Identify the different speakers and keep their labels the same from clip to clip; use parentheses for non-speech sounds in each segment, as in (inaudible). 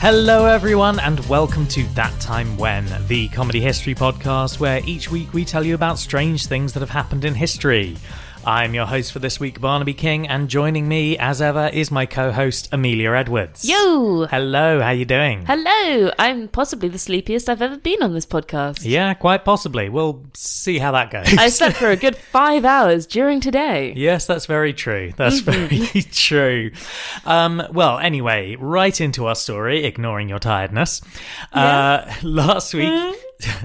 Speaker 1: Hello, everyone, and welcome to That Time When, the comedy history podcast where each week we tell you about strange things that have happened in history. I'm your host for this week, Barnaby King, and joining me, as ever, is my co-host Amelia Edwards.
Speaker 2: Yo!
Speaker 1: Hello, how you doing?
Speaker 2: Hello! I'm possibly the sleepiest I've ever been on this podcast.
Speaker 1: Yeah, quite possibly. We'll see how that goes.
Speaker 2: I slept for a good five hours during today.
Speaker 1: Yes, that's very true. That's
Speaker 2: Mm-hmm.
Speaker 1: very (laughs) true. Um, well, anyway, right into our story, ignoring your tiredness. Uh, (laughs) last week, (laughs)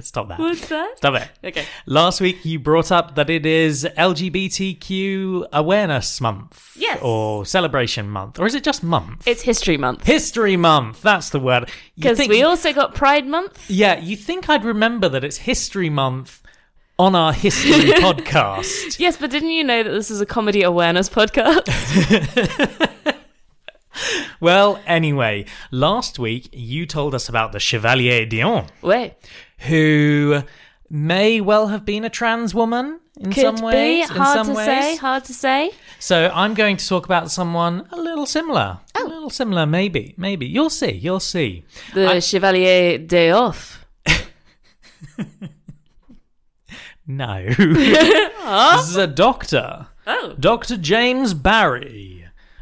Speaker 1: stop that.
Speaker 2: Mm-hmm. What's that?
Speaker 1: Stop it.
Speaker 2: Okay.
Speaker 1: Last week, you brought up that it is LGBTQ Awareness Month.
Speaker 2: Yes.
Speaker 1: Or Celebration Month. Or is it just month?
Speaker 2: It's History Month.
Speaker 1: History Month. That's the word. You
Speaker 2: Because
Speaker 1: think-
Speaker 2: we also got Pride Month.
Speaker 1: Yeah, you think I'd remember that it's History Month on our
Speaker 2: (laughs)
Speaker 1: history podcast.
Speaker 2: Yes, but didn't you know that this is a comedy
Speaker 1: (laughs)
Speaker 2: awareness podcast?
Speaker 1: Well, anyway, last week you told us about the Chevalier Dion,
Speaker 2: Wait.
Speaker 1: who may well have been a trans woman in
Speaker 2: Could
Speaker 1: some ways.
Speaker 2: be.
Speaker 1: in
Speaker 2: Hard
Speaker 1: some
Speaker 2: to
Speaker 1: ways.
Speaker 2: say. Hard to say.
Speaker 1: So I'm going to talk about someone a little similar. A
Speaker 2: Oh.
Speaker 1: little similar, maybe. Maybe. You'll see. You'll see.
Speaker 2: The Chevalier de Off.
Speaker 1: (laughs) No. this is a doctor.
Speaker 2: Oh.
Speaker 1: Dr. James Barry.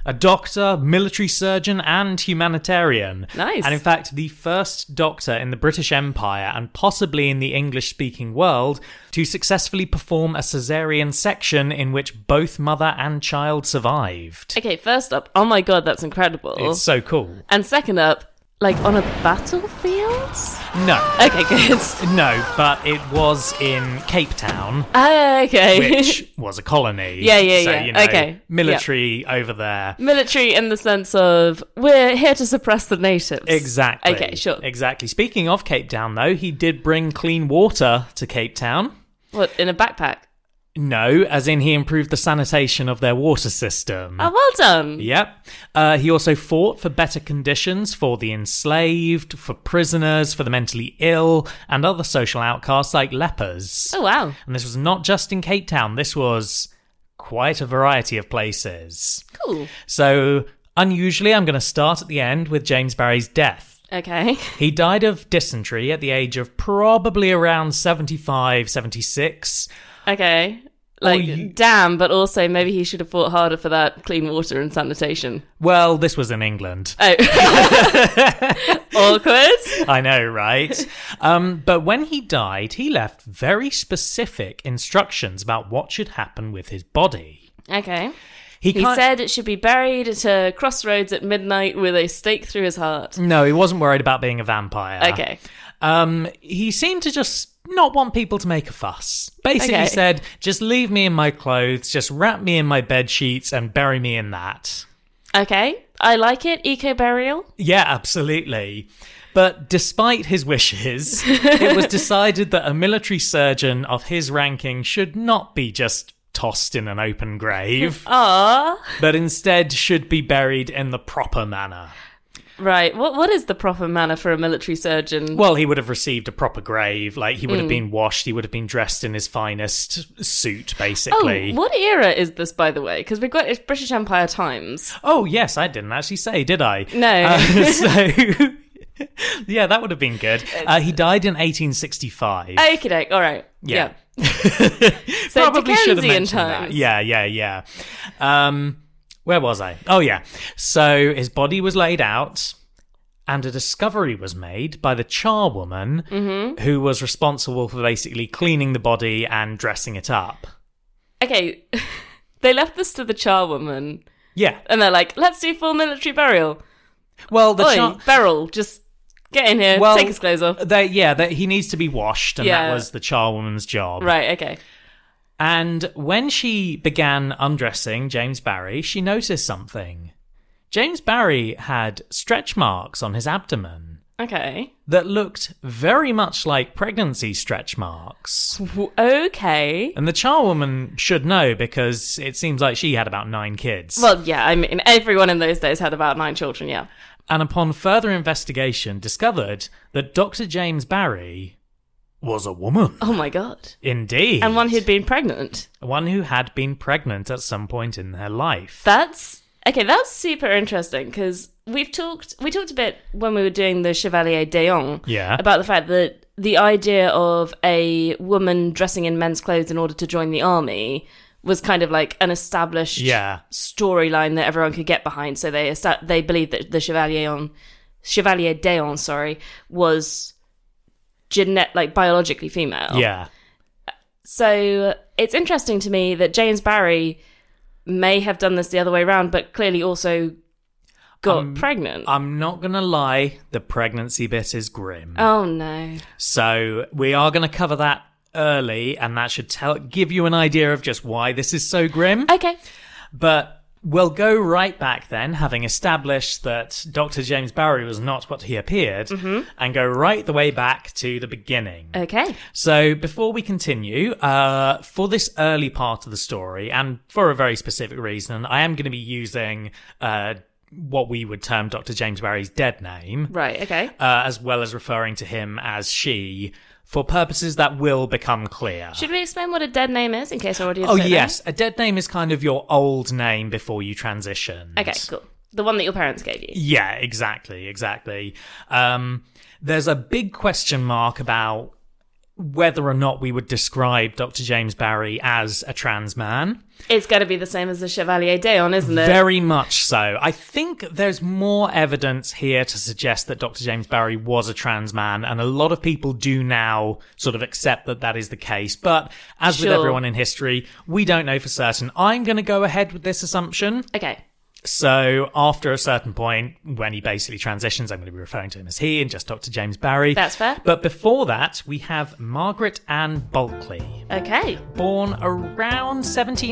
Speaker 1: A doctor, military surgeon, and humanitarian.
Speaker 2: Nice.
Speaker 1: And in fact, the first doctor in the British Empire and possibly in the English speaking world to successfully perform a caesarean section in which both mother and child survived.
Speaker 2: Okay, first up, oh my god, that's incredible.
Speaker 1: It's so cool.
Speaker 2: And second up, like on a battlefield?
Speaker 1: (laughs) No.
Speaker 2: Okay, good.
Speaker 1: No, but it was in Cape Town.
Speaker 2: (laughs) Ah, okay.
Speaker 1: which was a colony.
Speaker 2: Yeah, yeah,
Speaker 1: so,
Speaker 2: yeah.
Speaker 1: You know,
Speaker 2: Okay.
Speaker 1: Military over there.
Speaker 2: Military in the sense of we're here to suppress the natives.
Speaker 1: Exactly.
Speaker 2: Okay, sure.
Speaker 1: Exactly. Speaking of Cape Town, though, he did bring clean water to Cape Town.
Speaker 2: What in a backpack?
Speaker 1: No, as in he improved the sanitation of their water system.
Speaker 2: Oh, well done.
Speaker 1: Yep. Uh, he also fought for better conditions for the enslaved, for prisoners, for the mentally ill, and other social outcasts like lepers.
Speaker 2: Oh wow.
Speaker 1: And this was not just in Cape Town, this was quite a variety of places.
Speaker 2: Cool.
Speaker 1: So, unusually, I'm going to start at the end with James Barry's death.
Speaker 2: Okay. (laughs)
Speaker 1: He died of dysentery at the age of probably around 75, 76.
Speaker 2: Okay.
Speaker 1: Oh,
Speaker 2: Like
Speaker 1: you-
Speaker 2: damn, but also maybe he should have fought harder for that clean water and sanitation.
Speaker 1: Well, this was in England.
Speaker 2: Oh
Speaker 1: (laughs)
Speaker 2: awkward.
Speaker 1: I know,
Speaker 2: (laughs)
Speaker 1: right? Um, but when he died, he left very specific instructions about what should happen with his body.
Speaker 2: Okay.
Speaker 1: He,
Speaker 2: He
Speaker 1: can't-
Speaker 2: said it should be buried at a crossroads at midnight with a stake through his heart.
Speaker 1: No, he wasn't worried about being a vampire.
Speaker 2: Okay.
Speaker 1: Um, he seemed to just not want people to make a fuss. Basically
Speaker 2: Okay.
Speaker 1: said, just leave me in my clothes, just wrap me in my bed sheets and bury me in that.
Speaker 2: Okay. I like it. Eco burial.
Speaker 1: (laughs) Yeah, absolutely. But despite his wishes, it
Speaker 2: (laughs)
Speaker 1: was decided that a military surgeon of his ranking should not be just tossed in an open
Speaker 2: (laughs)
Speaker 1: grave,
Speaker 2: Ah.
Speaker 1: but instead should be buried in the proper manner.
Speaker 2: Right. What what is the proper manner for a military surgeon?
Speaker 1: Well, he would have received a proper grave, like he would
Speaker 2: Mm.
Speaker 1: have been washed, he would have been dressed in his finest suit, basically.
Speaker 2: Oh, what era is this, by the way? Because we've got it's British Empire times.
Speaker 1: Oh, yes, I didn't actually say, did I?
Speaker 2: No. (laughs)
Speaker 1: Uh, so, (laughs) yeah, that would have been good. Uh, he died in 1865.
Speaker 2: Okay, doke. All right.
Speaker 1: yeah.
Speaker 2: Yeah.
Speaker 1: (laughs)
Speaker 2: So
Speaker 1: should have
Speaker 2: Dickensian
Speaker 1: mentioned that.
Speaker 2: times.
Speaker 1: Yeah, yeah, yeah. Um, where was I? Oh, yeah. So his body was laid out, and a discovery was made by the charwoman
Speaker 2: Mm-hmm.
Speaker 1: who was responsible for basically cleaning the body and dressing it up.
Speaker 2: Okay. (laughs) they left this to the charwoman,
Speaker 1: Yeah.
Speaker 2: and they're like, "Let's do full military burial."
Speaker 1: Well, the
Speaker 2: Oi,
Speaker 1: char-
Speaker 2: Beryl, just get in here,
Speaker 1: Well-
Speaker 2: take his clothes off.
Speaker 1: they, yeah, that he needs to be washed, and that
Speaker 2: Yeah.
Speaker 1: was the charwoman's job.
Speaker 2: Right. Okay.
Speaker 1: And when she began undressing James Barry, she noticed something. James Barry had stretch marks on his abdomen
Speaker 2: Okay.
Speaker 1: that looked very much like pregnancy stretch marks.
Speaker 2: W- Okay.
Speaker 1: And the charwoman should know because it seems like she had about nine kids.
Speaker 2: Well, yeah. I mean, everyone in those days had about nine children. Yeah.
Speaker 1: and upon further investigation, discovered that Dr. James Barry was a woman.
Speaker 2: Oh my god.
Speaker 1: Indeed.
Speaker 2: And one who'd been pregnant.
Speaker 1: one who had been pregnant at some point in her life.
Speaker 2: That's okay. That's super interesting because we've talked we talked a bit when we were doing the Chevalier d'Eon
Speaker 1: Yeah.
Speaker 2: about the fact that the idea of a woman dressing in men's clothes in order to join the army was kind of like an established
Speaker 1: yeah.
Speaker 2: storyline that everyone could get behind. So they esta- they believed that the Chevalier on Chevalier d'Eon, sorry, was genet like biologically female.
Speaker 1: Yeah.
Speaker 2: So it's interesting to me that James Barry may have done this the other way around, but clearly also got
Speaker 1: Um,
Speaker 2: pregnant.
Speaker 1: I'm not going to lie, the pregnancy bit is grim.
Speaker 2: oh no.
Speaker 1: So we are going to cover that early, and that should tell give you an idea of just why this is so grim.
Speaker 2: Okay.
Speaker 1: But we'll go right back then, having established that Dr. James Barry was not what he appeared, and go right the way back to the beginning.
Speaker 2: Okay.
Speaker 1: So before we continue, uh, for this early part of the story, and for a very specific reason, I am going to be using uh, what we would term Dr. James Barry's dead name
Speaker 2: Right. Okay.
Speaker 1: uh, as well as referring to him as she for purposes that will become clear.
Speaker 2: Should we explain what a dead name is in case our audience?
Speaker 1: oh,
Speaker 2: don't know?
Speaker 1: yes. A dead name is kind of your old name before you transition.
Speaker 2: Okay. Cool. The one that your parents gave you.
Speaker 1: Yeah, exactly, exactly. Um, there's a big question mark about whether or not we would describe Dr. James Barry as a trans man.
Speaker 2: It's got to be the same as the Chevalier d'Eon, isn't it?
Speaker 1: Very much so. I think there's more evidence here to suggest that Dr. James Barry was a trans man, and a lot of people do now sort of accept that that is the case. But as
Speaker 2: Sure.
Speaker 1: with everyone in history, we don't know for certain. I'm going to go ahead with this assumption.
Speaker 2: okay.
Speaker 1: So after a certain point, when he basically transitions, I'm going to be referring to him as he and just Dr. James Barry.
Speaker 2: That's fair.
Speaker 1: But before that, we have Margaret Ann Bulkley.
Speaker 2: Okay.
Speaker 1: Born around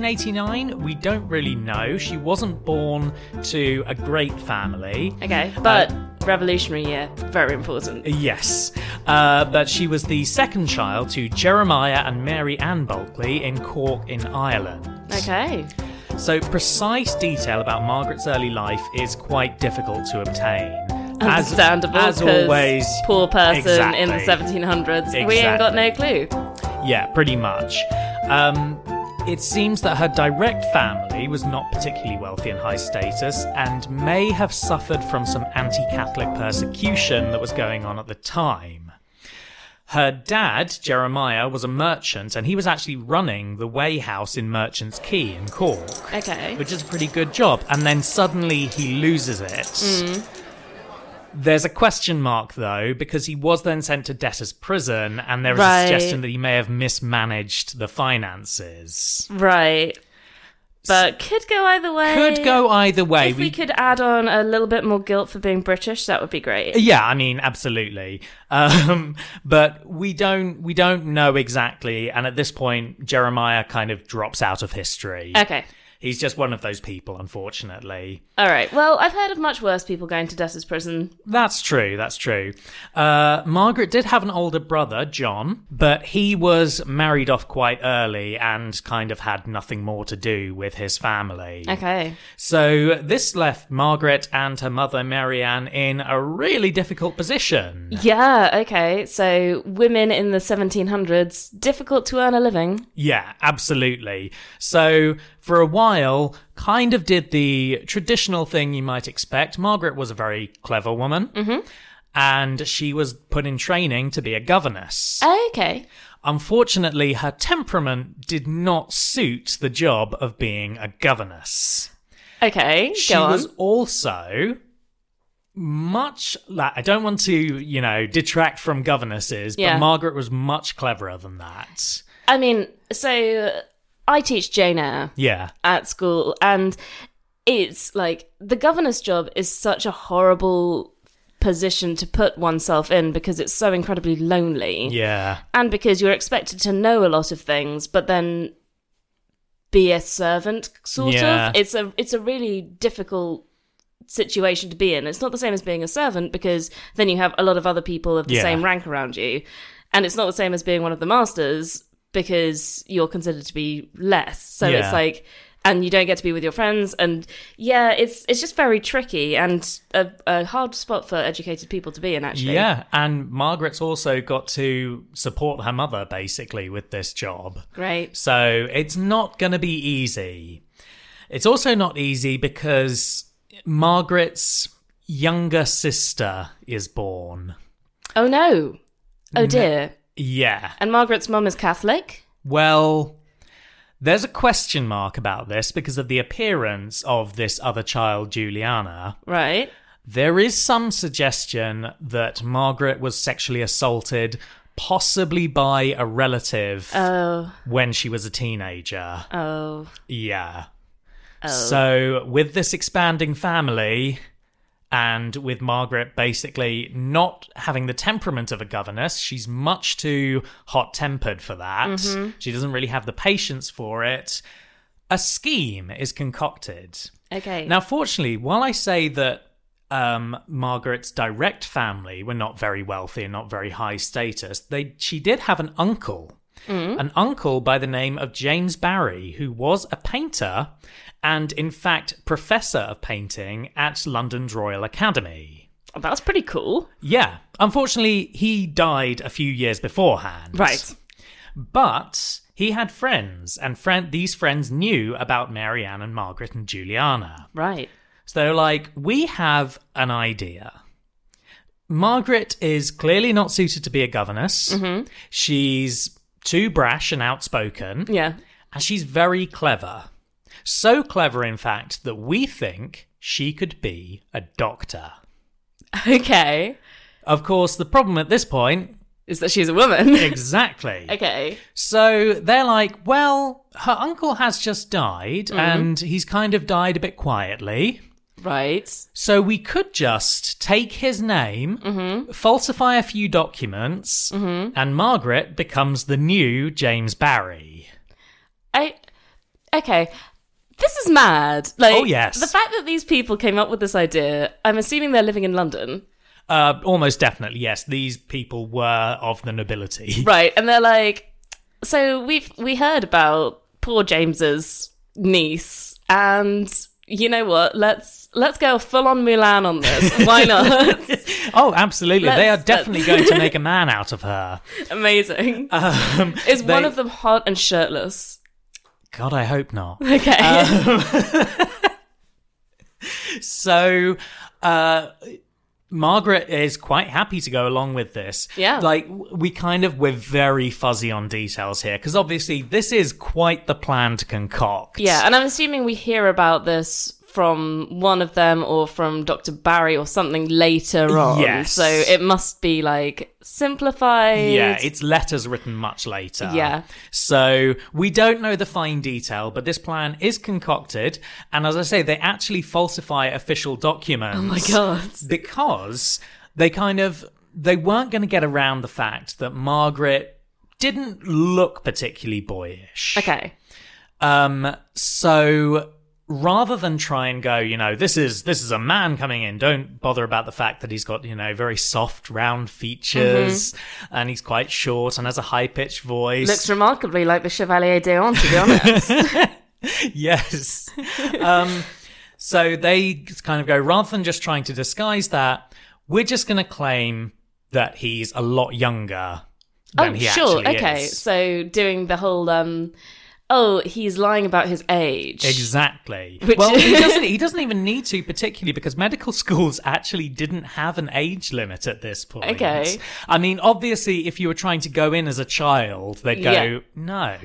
Speaker 1: 1789, we don't really know. She wasn't born to a great family.
Speaker 2: Okay. But
Speaker 1: uh,
Speaker 2: revolutionary year, very important.
Speaker 1: Yes, uh, but she was the second child to Jeremiah and Mary Ann Bulkley in Cork in Ireland.
Speaker 2: Okay.
Speaker 1: So, precise detail about Margaret's early life is quite difficult to obtain. As-
Speaker 2: Understandable.
Speaker 1: As,
Speaker 2: 'cause
Speaker 1: always,
Speaker 2: poor person in the
Speaker 1: Exactly.
Speaker 2: 1700s. We ain't got no clue.
Speaker 1: Yeah, pretty much. Um, it seems that her direct family was not particularly wealthy and high status, and may have suffered from some anti Catholic persecution that was going on at the time. Her dad, Jeremiah, was a merchant, and he was actually running the weigh house in Merchants Quay in Cork,
Speaker 2: Okay.
Speaker 1: which is a pretty good job. And then suddenly he loses it. There's a question mark though, because he was then sent to debtor's prison, and there is
Speaker 2: Right.
Speaker 1: a suggestion that he may have mismanaged the finances.
Speaker 2: Right. But could go either way.
Speaker 1: Could go either way.
Speaker 2: If we could add on a little bit more guilt for being British, that would be great.
Speaker 1: yeah, I mean, absolutely. Um, (laughs) but we don't we don't know exactly, and at this point, Jeremiah kind of drops out of history.
Speaker 2: Okay.
Speaker 1: He's just one of those people, unfortunately.
Speaker 2: All right. Well, I've heard of much worse people going to debtor's prison.
Speaker 1: That's true. That's true. Uh, Margaret did have an older brother, John, but he was married off quite early and kind of had nothing more to do with his family.
Speaker 2: Okay.
Speaker 1: So this left Margaret and her mother, Marianne, in a really difficult position.
Speaker 2: Yeah, okay. So women in the 1700s, difficult to earn a living.
Speaker 1: Yeah, absolutely. So for a while, kind of did the traditional thing you might expect. Margaret was a very clever woman. And she was put in training to be a governess.
Speaker 2: Okay.
Speaker 1: Unfortunately, her temperament did not suit the job of being a governess.
Speaker 2: Okay,
Speaker 1: She
Speaker 2: go on.
Speaker 1: was also much like I don't want to, you know, detract from governesses,
Speaker 2: Yeah.
Speaker 1: but Margaret was much cleverer than that.
Speaker 2: I mean, so I teach Jane Eyre
Speaker 1: Yeah.
Speaker 2: at school, and it's like the governor's job is such a horrible position to put oneself in because it's so incredibly lonely.
Speaker 1: Yeah.
Speaker 2: and because you're expected to know a lot of things, but then be a servant sort
Speaker 1: Yeah.
Speaker 2: of. It's a it's a really difficult situation to be in. It's not the same as being a servant because then you have a lot of other people of the
Speaker 1: Yeah.
Speaker 2: same rank around you, and it's not the same as being one of the masters because you're considered to be less. So
Speaker 1: Yeah.
Speaker 2: it's like. And you don't get to be with your friends, and yeah, it's it's just very tricky and a, a hard spot for educated people to be in. Actually,
Speaker 1: Yeah. And Margaret's also got to support her mother basically with this job.
Speaker 2: great.
Speaker 1: So it's not going to be easy. It's also not easy because Margaret's younger sister is born.
Speaker 2: Oh no.
Speaker 1: Mm-hmm.
Speaker 2: Oh dear.
Speaker 1: Yeah.
Speaker 2: And Margaret's mum is Catholic.
Speaker 1: Well, there's a question mark about this because of the appearance of this other child, Juliana.
Speaker 2: Right.
Speaker 1: There is some suggestion that Margaret was sexually assaulted, possibly by a relative,
Speaker 2: Oh.
Speaker 1: when she was a teenager.
Speaker 2: Oh.
Speaker 1: Yeah. So, with this expanding family and with Margaret basically not having the temperament of a governess, she's much too hot tempered for that. She doesn't really have the patience for it. A scheme is concocted.
Speaker 2: Okay.
Speaker 1: Now, fortunately, while I say that um, Margaret's direct family were not very wealthy and not very high status, they she did have an uncle, an uncle by the name of James Barry, who was a painter and, in fact, professor of painting at London's Royal Academy.
Speaker 2: That's pretty cool.
Speaker 1: Yeah, unfortunately, he died a few years beforehand.
Speaker 2: Right.
Speaker 1: But he had friends, and friend these friends knew about Mary Ann and Margaret and Juliana.
Speaker 2: Right.
Speaker 1: So they're like, we have an idea. Margaret is clearly not suited to be a governess. She's too brash and outspoken,
Speaker 2: Yeah.
Speaker 1: and she's very clever. So clever, in fact, that we think she could be a doctor.
Speaker 2: Okay.
Speaker 1: Of course, the problem at this point,
Speaker 2: Is that she's a (laughs) woman?
Speaker 1: exactly.
Speaker 2: okay.
Speaker 1: So they're like, well, her uncle has just died, and he's kind of died a bit quietly.
Speaker 2: Right.
Speaker 1: So we could just take his name,
Speaker 2: Mm-hmm.
Speaker 1: falsify a few documents, and Margaret becomes the new James Barry.
Speaker 2: I. Okay. This is mad. Like,
Speaker 1: Oh, yes.
Speaker 2: The fact that these people came up with this idea, I'm assuming they're living in London.
Speaker 1: Uh, almost definitely, yes. These people were of the nobility.
Speaker 2: Right, and they're like, so we've we heard about poor James's niece, and you know what? Let's let's go full on Mulan on
Speaker 1: (laughs)
Speaker 2: this. Why not? (laughs)
Speaker 1: Oh, absolutely. they are
Speaker 2: Let's-
Speaker 1: definitely
Speaker 2: let's-
Speaker 1: going
Speaker 2: (laughs)
Speaker 1: to make a man out of her.
Speaker 2: Amazing.
Speaker 1: Um,
Speaker 2: Is one
Speaker 1: they-
Speaker 2: of them hot and shirtless? (laughs)
Speaker 1: God, I hope not.
Speaker 2: Okay.
Speaker 1: Uh, So, uh, Margaret is quite happy to go along with this.
Speaker 2: Yeah.
Speaker 1: Like, w- we kind of, we're very fuzzy on details here because obviously this is quite the plan to concoct.
Speaker 2: (laughs) yeah, and I'm assuming we hear about this from one of them or from Dr. Barry or something later on.
Speaker 1: Yes.
Speaker 2: So it must be like simplified.
Speaker 1: Yeah, it's letters written much later.
Speaker 2: Yeah.
Speaker 1: So we don't know the fine detail, but this plan is concocted. And as I say, they actually falsify official documents. Oh
Speaker 2: my God.
Speaker 1: Because they kind of they weren't going to get around the fact that Margaret didn't look particularly boyish.
Speaker 2: Okay.
Speaker 1: Um, so rather than try and go, you know, this is this is a man coming in. Don't bother about the fact that he's got you know very soft, round features, and he's quite short and has a high pitched voice.
Speaker 2: Mm-hmm. Looks remarkably like the Chevalier d'Eon, to be honest.
Speaker 1: (laughs) yes. um, so they kind of go rather than just trying to disguise that, we're just going to claim that he's a lot younger than he actually
Speaker 2: Oh, okay.
Speaker 1: is.
Speaker 2: So doing the whole um oh, he's lying about his age.
Speaker 1: Exactly.
Speaker 2: Which-
Speaker 1: well, he
Speaker 2: (laughs)
Speaker 1: doesn't. He doesn't even need to particularly because medical schools actually didn't have an age limit at this point.
Speaker 2: Okay.
Speaker 1: I mean, obviously, if you were trying to go in as a child, they'd go
Speaker 2: Yeah.
Speaker 1: no.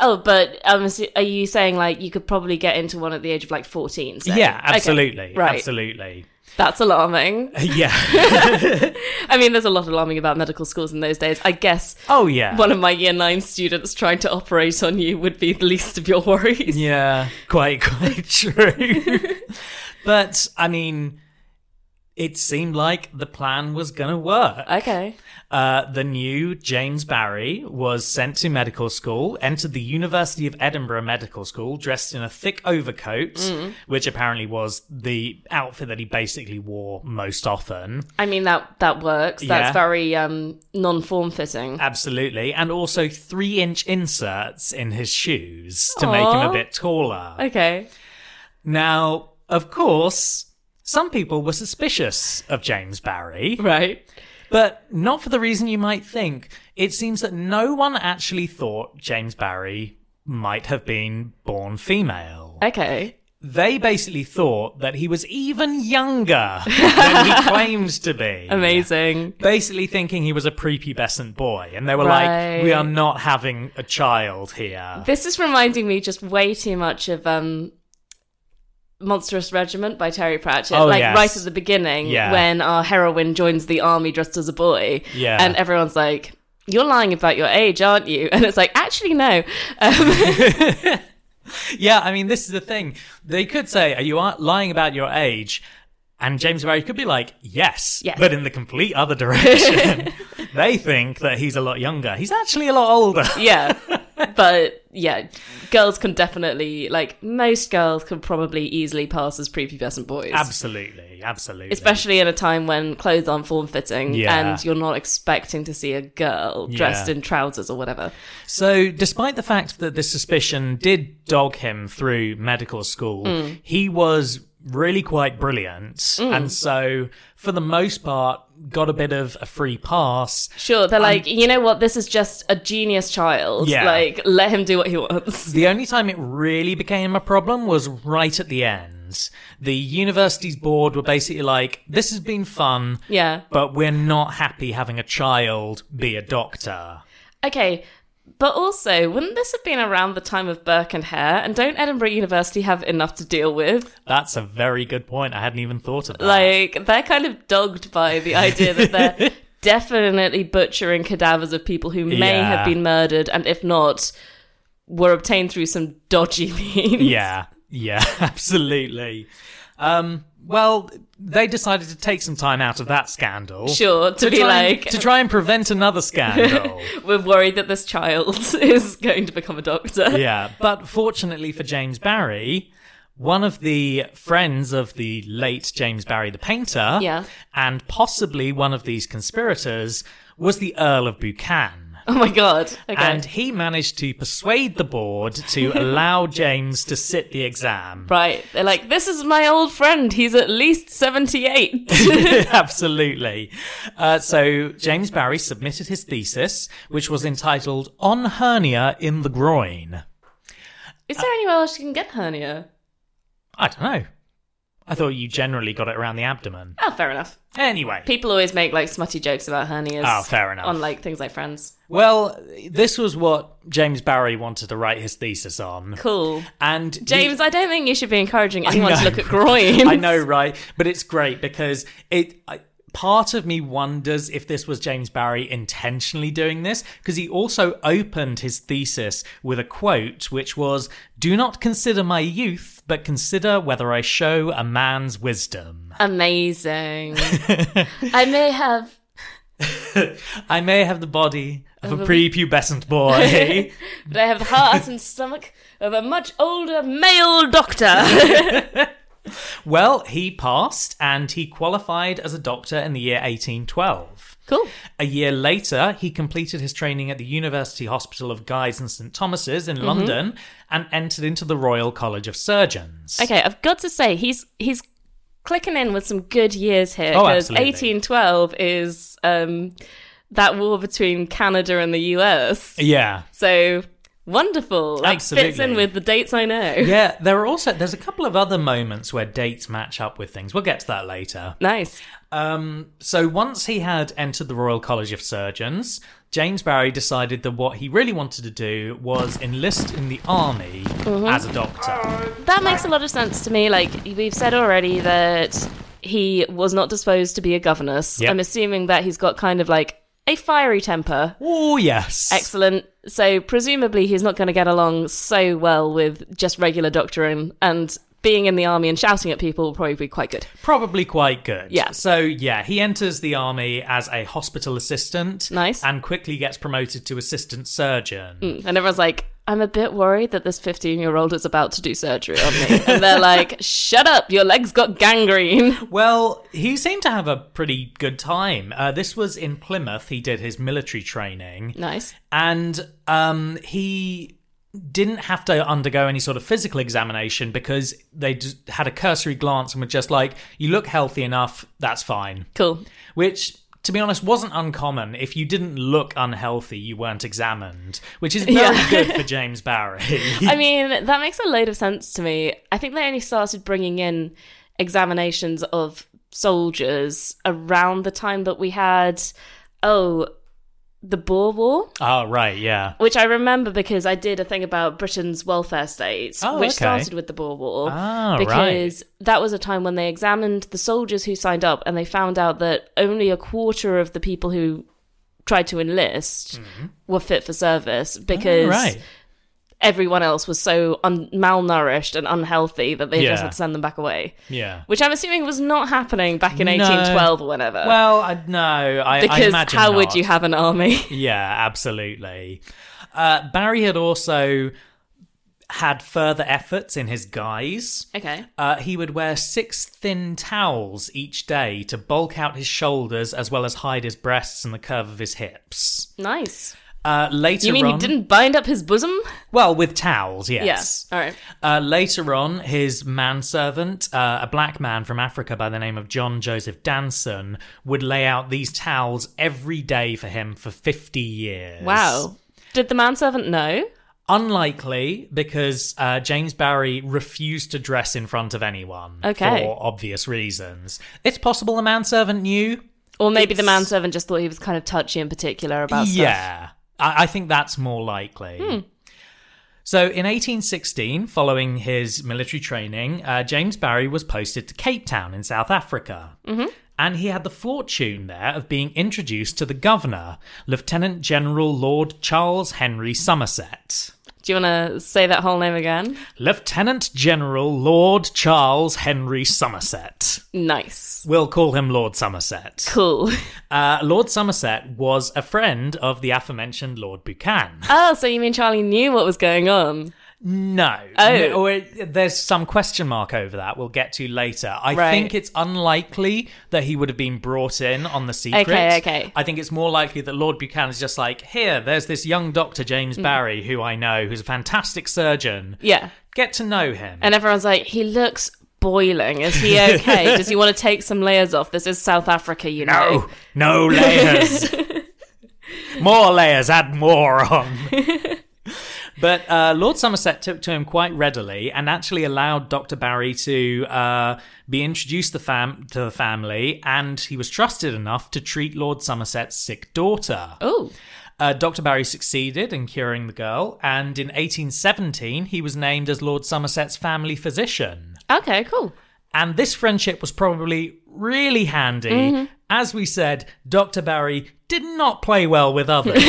Speaker 2: Oh, but um, assu- are you saying like you could probably get into one at the age of like 14? So.
Speaker 1: Yeah,
Speaker 2: Okay,
Speaker 1: absolutely,
Speaker 2: Right.
Speaker 1: absolutely. (laughs)
Speaker 2: That's alarming.
Speaker 1: Yeah.
Speaker 2: (laughs) I mean, there's a lot alarming about medical schools in those days. I guess
Speaker 1: Oh yeah.
Speaker 2: one of my year nine students trying to operate on you would be the least of your worries.
Speaker 1: Yeah, quite, quite
Speaker 2: (laughs)
Speaker 1: true. but I mean, it seemed like the plan was gonna work.
Speaker 2: Okay.
Speaker 1: Uh, the new James Barry was sent to medical school, entered the University of Edinburgh Medical School dressed in a thick overcoat, which apparently was the outfit that he basically wore most often.
Speaker 2: I mean, that, that works. That's
Speaker 1: Yeah.
Speaker 2: very um, non form fitting.
Speaker 1: Absolutely. And also three inch inserts in his shoes to make him
Speaker 2: Aw.
Speaker 1: a bit taller.
Speaker 2: Okay.
Speaker 1: Now, of course, some people were suspicious of James Barry.
Speaker 2: Right.
Speaker 1: But not for the reason you might think. It seems that no one actually thought James Barry might have been born female.
Speaker 2: Okay.
Speaker 1: they basically thought that he was even younger than
Speaker 2: (laughs)
Speaker 1: he claimed to be.
Speaker 2: Amazing.
Speaker 1: Basically, thinking he was a prepubescent boy. And they were like, we
Speaker 2: Right.
Speaker 1: are not having a child here.
Speaker 2: This is reminding me just way too much of um, Monstrous Regiment by Terry Pratchett.
Speaker 1: Oh,
Speaker 2: like
Speaker 1: yes.
Speaker 2: right at the beginning,
Speaker 1: Yeah.
Speaker 2: when our heroine joins the army dressed as a boy,
Speaker 1: Yeah.
Speaker 2: and everyone's like, "You're lying about your age, aren't you?" And it's like, actually, no. Um,
Speaker 1: Yeah, I mean, this is the thing. They could say, "Are you aren't lying about your age?" And James Barry could be like, "Yes,",
Speaker 2: Yes.
Speaker 1: but in the complete other
Speaker 2: (laughs)
Speaker 1: direction. they think that he's a lot younger. He's actually a lot older. (laughs)
Speaker 2: yeah, but yeah, girls can definitely like most girls can probably easily pass as prepubescent boys.
Speaker 1: absolutely, absolutely.
Speaker 2: especially in a time when clothes aren't form fitting
Speaker 1: Yeah.
Speaker 2: and you're not expecting to see a girl dressed
Speaker 1: Yeah.
Speaker 2: in trousers or whatever.
Speaker 1: so, despite the fact that this suspicion did dog him through medical school,
Speaker 2: Mm.
Speaker 1: he was really quite brilliant, and so for the most part, got a bit of a free pass.
Speaker 2: Sure, they're like, you know what? This is just a genius child.
Speaker 1: Yeah.
Speaker 2: Like, let him do what he wants. (laughs)
Speaker 1: The only time it really became a problem was right at the end. The university's board were basically like, this has been fun,
Speaker 2: Yeah.
Speaker 1: but we're not happy having a child be a doctor.
Speaker 2: Okay. But also, wouldn't this have been around the time of Burke and Hare? And don't Edinburgh University have enough to deal with?
Speaker 1: That's a very good point. I hadn't even thought of that.
Speaker 2: Like, they're kind of dogged by the idea
Speaker 1: (laughs)
Speaker 2: that they're definitely butchering cadavers of people who may
Speaker 1: Yeah.
Speaker 2: have been murdered, and if not, were obtained through some dodgy (laughs) means.
Speaker 1: yeah, yeah, (laughs) absolutely. Um, well, they decided to take some time out of that scandal.
Speaker 2: Sure, to, be
Speaker 1: try and-
Speaker 2: like,
Speaker 1: to try and prevent another
Speaker 2: (laughs)
Speaker 1: scandal.
Speaker 2: we're worried that this child (laughs) is going to become a doctor.
Speaker 1: yeah, (laughs) but fortunately for James Barry, one of the friends of the late James Barry the painter,
Speaker 2: Yeah.
Speaker 1: and possibly one of these conspirators, was the Earl of Buchan.
Speaker 2: Oh my god. Okay.
Speaker 1: And he managed to persuade the board
Speaker 2: (laughs)
Speaker 1: to allow James to sit the exam. (laughs)
Speaker 2: Right. They're like, this is my old friend. He's at least 78.
Speaker 1: (laughs) Absolutely. Uh, so James Barry submitted his thesis, which was entitled On Hernia in the Groin.
Speaker 2: is there anywhere else you can get hernia?
Speaker 1: I don't know. I thought you generally got it around the abdomen.
Speaker 2: Oh, fair enough.
Speaker 1: Anyway.
Speaker 2: People always make like smutty jokes about hernias.
Speaker 1: Oh, fair enough.
Speaker 2: On like things like Friends.
Speaker 1: Well, this was what James Barry wanted to write his thesis on.
Speaker 2: Cool.
Speaker 1: And he-
Speaker 2: James, I don't think you should be encouraging anyone
Speaker 1: know. (laughs)
Speaker 2: to look at groins.
Speaker 1: I know, right? But it's great because it. I, part of me wonders if this was James Barry intentionally doing this because he also opened his thesis with a quote which was Do not consider my youth, but consider whether I show a man's wisdom. (laughs)
Speaker 2: Amazing. I may have.
Speaker 1: I may have the body of a prepubescent (laughs) boy.
Speaker 2: But I have the heart and stomach of a much older
Speaker 1: (laughs)
Speaker 2: male doctor.
Speaker 1: well, he passed and he qualified as a doctor in the year 1812.
Speaker 2: cool.
Speaker 1: A year later, he completed his training at the University Hospital of Guy's and St Thomas's in London and entered into the Royal College of Surgeons.
Speaker 2: Okay, I've got to say he's he's clicking in with some good years here
Speaker 1: Oh,
Speaker 2: because
Speaker 1: absolutely.
Speaker 2: 1812 is um, that war between Canada and the US.
Speaker 1: Yeah.
Speaker 2: So wonderful, like fits in
Speaker 1: Absolutely.
Speaker 2: with the dates I know.
Speaker 1: Yeah, there are also there's a couple of other moments where dates match up with things. We'll get to that later.
Speaker 2: Nice.
Speaker 1: Um, so once he had entered the Royal College of Surgeons, James Barry decided that what he really wanted to do was enlist in the army as a doctor.
Speaker 2: That makes a lot of sense to me. Like we've said already that he was not disposed to be a governess.
Speaker 1: Yep.
Speaker 2: I'm assuming that he's got kind of like a fiery temper.
Speaker 1: Oh yes.
Speaker 2: Excellent. So presumably he's not going to get along so well with just regular doctoring and being in the army and shouting at people will probably be quite good.
Speaker 1: Probably quite good.
Speaker 2: Yeah.
Speaker 1: So yeah, he enters the army as a hospital assistant.
Speaker 2: Nice. Hmm.
Speaker 1: And quickly gets promoted to assistant surgeon.
Speaker 2: And everyone's like, I'm a bit worried that this 15 year old is about to do surgery on me. and they're like, shut up, your leg's got gangrene.
Speaker 1: Well, he seemed to have a pretty good time. Uh, this was in Plymouth. He did his military training,
Speaker 2: Nice.
Speaker 1: and um, he didn't have to undergo any sort of physical examination because they just had a cursory glance and were just like, "You look healthy enough. That's fine."
Speaker 2: Cool.
Speaker 1: Which to be honest, wasn't uncommon. If you didn't look unhealthy, you weren't examined, which is very
Speaker 2: Yeah.
Speaker 1: good
Speaker 2: (laughs)
Speaker 1: for James Barry. (laughs)
Speaker 2: I mean, that makes a load of sense to me. I think they only started bringing in examinations of soldiers around the time that we had, oh, the Boer War,
Speaker 1: oh, right, yeah.
Speaker 2: which I remember because I did a thing about Britain's welfare state,
Speaker 1: Oh,
Speaker 2: which
Speaker 1: okay.
Speaker 2: started with the Boer War.
Speaker 1: Ah, right.
Speaker 2: because that was a time when they examined the soldiers who signed up and they found out that only a quarter of the people who tried to enlist were fit for service because
Speaker 1: Oh, Mm-hmm. right.
Speaker 2: everyone else was so un- malnourished and unhealthy that they just
Speaker 1: Yeah.
Speaker 2: had to send them back away.
Speaker 1: Yeah.
Speaker 2: Which I'm assuming was not happening back in
Speaker 1: No.
Speaker 2: 1812 or whenever.
Speaker 1: Well, I, no, I, I
Speaker 2: Uh, because
Speaker 1: imagine
Speaker 2: how would
Speaker 1: not.
Speaker 2: you have an army?
Speaker 1: (laughs) Yeah, absolutely. Uh, Barry had also had further efforts in his guise.
Speaker 2: (laughs) okay.
Speaker 1: Uh, he would wear six thin towels each day to bulk out his shoulders as well as hide his breasts and the curve of his hips.
Speaker 2: Nice.
Speaker 1: Uh, later
Speaker 2: You mean
Speaker 1: on,
Speaker 2: he didn't bind up his bosom?
Speaker 1: Well, with towels, yes.
Speaker 2: Yes. All right.
Speaker 1: Uh, later on, his manservant, uh, a black man from Africa by the name of John Joseph Danson, would lay out these towels every day for him for 50 years.
Speaker 2: Wow. Did the manservant know?
Speaker 1: Unlikely because uh, James Barry refused to dress in front of anyone
Speaker 2: Okay.
Speaker 1: for obvious reasons. It's possible the manservant knew.
Speaker 2: Or maybe the
Speaker 1: It's-
Speaker 2: manservant just thought he was kind of touchy and particular about stuff.
Speaker 1: yeah, I-, I think that's more likely. So, in 1816, following his military training, uh, James Barry was posted to Cape Town in South Africa. And he had the fortune there of being introduced to the governor, Lieutenant General Lord Charles Henry Somerset.
Speaker 2: Do you want to say that whole name again?
Speaker 1: Lieutenant General Lord Charles Henry Somerset.
Speaker 2: Nice.
Speaker 1: We'll call him Lord Somerset.
Speaker 2: Cool. (laughs)
Speaker 1: Uh, Lord Somerset was a friend of the aforementioned Lord Buchan.
Speaker 2: Oh, so you mean Charlie knew what was going on?
Speaker 1: No.
Speaker 2: Oh.
Speaker 1: No, or it- there's some question mark over that we'll get to later. I
Speaker 2: Right.
Speaker 1: think it's unlikely that he would have been brought in on the secret.
Speaker 2: Okay, okay.
Speaker 1: I think it's more likely that Lord Buchanan is just like, here, there's this young doctor, James Barry, who I know, who's a fantastic surgeon.
Speaker 2: Mm. Yeah.
Speaker 1: Get to know him.
Speaker 2: And everyone's like, he looks boiling.
Speaker 1: (laughs)
Speaker 2: Is he okay? Does he want to take some layers off? This is South Africa, you know.
Speaker 1: No, Oh, (laughs) no layers. more layers, add more on. (laughs) but uh, Lord Somerset took to him quite readily and actually allowed Dr. Barry to uh, be introduced the fam- to the family, and he was trusted enough to treat Lord Somerset's sick daughter.
Speaker 2: Oh,
Speaker 1: Uh, Dr. Barry succeeded in curing the girl, and in 1817, he was named as Lord Somerset's family physician.
Speaker 2: okay, cool.
Speaker 1: And this friendship was probably really handy. As we said, Dr. Barry did not play well with others.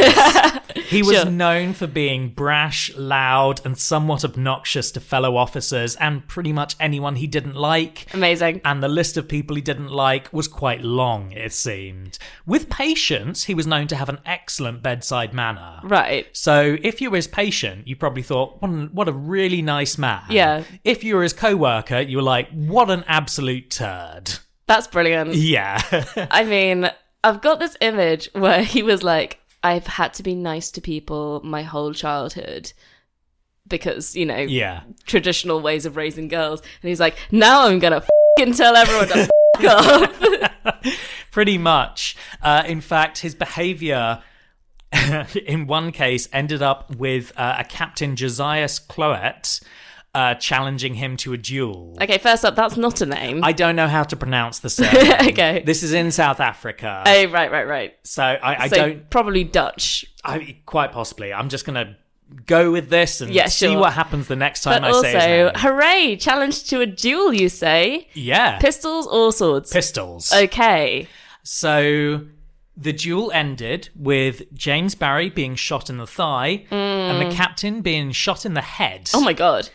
Speaker 1: he was
Speaker 2: Sure.
Speaker 1: known for being brash, loud, and somewhat obnoxious to fellow officers and pretty much anyone he didn't like.
Speaker 2: Amazing.
Speaker 1: And the list of people he didn't like was quite long, it seemed. With patients, he was known to have an excellent bedside manner.
Speaker 2: Right.
Speaker 1: So if you were his patient, you probably thought, what, an, what a really nice man.
Speaker 2: Yeah.
Speaker 1: If you were his co-worker, you were like, what an absolute turd.
Speaker 2: That's brilliant.
Speaker 1: Yeah. (laughs)
Speaker 2: I mean, I've got this image where he was like, I've had to be nice to people my whole childhood because, you know,
Speaker 1: yeah.
Speaker 2: traditional ways of raising girls. And he's like, now I'm going to fing tell everyone to f off.
Speaker 1: (laughs) Pretty much. Uh, in fact, his behavior (laughs) in one case ended up with uh, a Captain Josias Cloet uh, challenging him to a duel.
Speaker 2: Okay, first up, that's not a name.
Speaker 1: I don't know how to pronounce
Speaker 2: (laughs)
Speaker 1: the surname.
Speaker 2: Okay.
Speaker 1: This is in South Africa.
Speaker 2: oh, right, right, right.
Speaker 1: so I, I
Speaker 2: so
Speaker 1: don't
Speaker 2: probably Dutch.
Speaker 1: I quite possibly. I'm just gonna go with this and
Speaker 2: Yeah,
Speaker 1: see
Speaker 2: sure.
Speaker 1: what happens the next time
Speaker 2: But
Speaker 1: I say his
Speaker 2: also,
Speaker 1: name.
Speaker 2: hooray, challenge to a duel, you say?
Speaker 1: yeah,
Speaker 2: Pistols or swords?
Speaker 1: pistols.
Speaker 2: okay.
Speaker 1: So the duel ended with James Barry being shot in the thigh and the captain being shot in the head.
Speaker 2: Mm. Oh my god.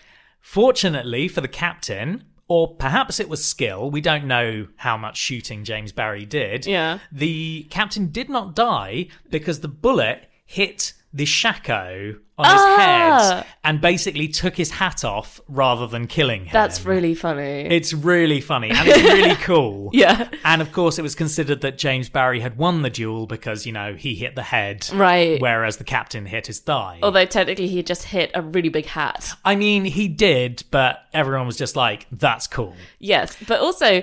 Speaker 1: Fortunately for the captain, or perhaps it was skill, we don't know how much shooting James Barry did.
Speaker 2: Yeah.
Speaker 1: The captain did not die because the bullet hit the shako on his
Speaker 2: Ah!
Speaker 1: head and basically took his hat off rather than killing him.
Speaker 2: That's really funny.
Speaker 1: It's really funny and it's
Speaker 2: (laughs)
Speaker 1: really cool.
Speaker 2: yeah.
Speaker 1: And of course, it was considered that James Barry had won the duel because, you know, he hit the head,
Speaker 2: Right.
Speaker 1: whereas the captain hit his thigh.
Speaker 2: Although technically he just hit a really big hat.
Speaker 1: I mean, he did, but everyone was just like, that's cool.
Speaker 2: Yes. But also in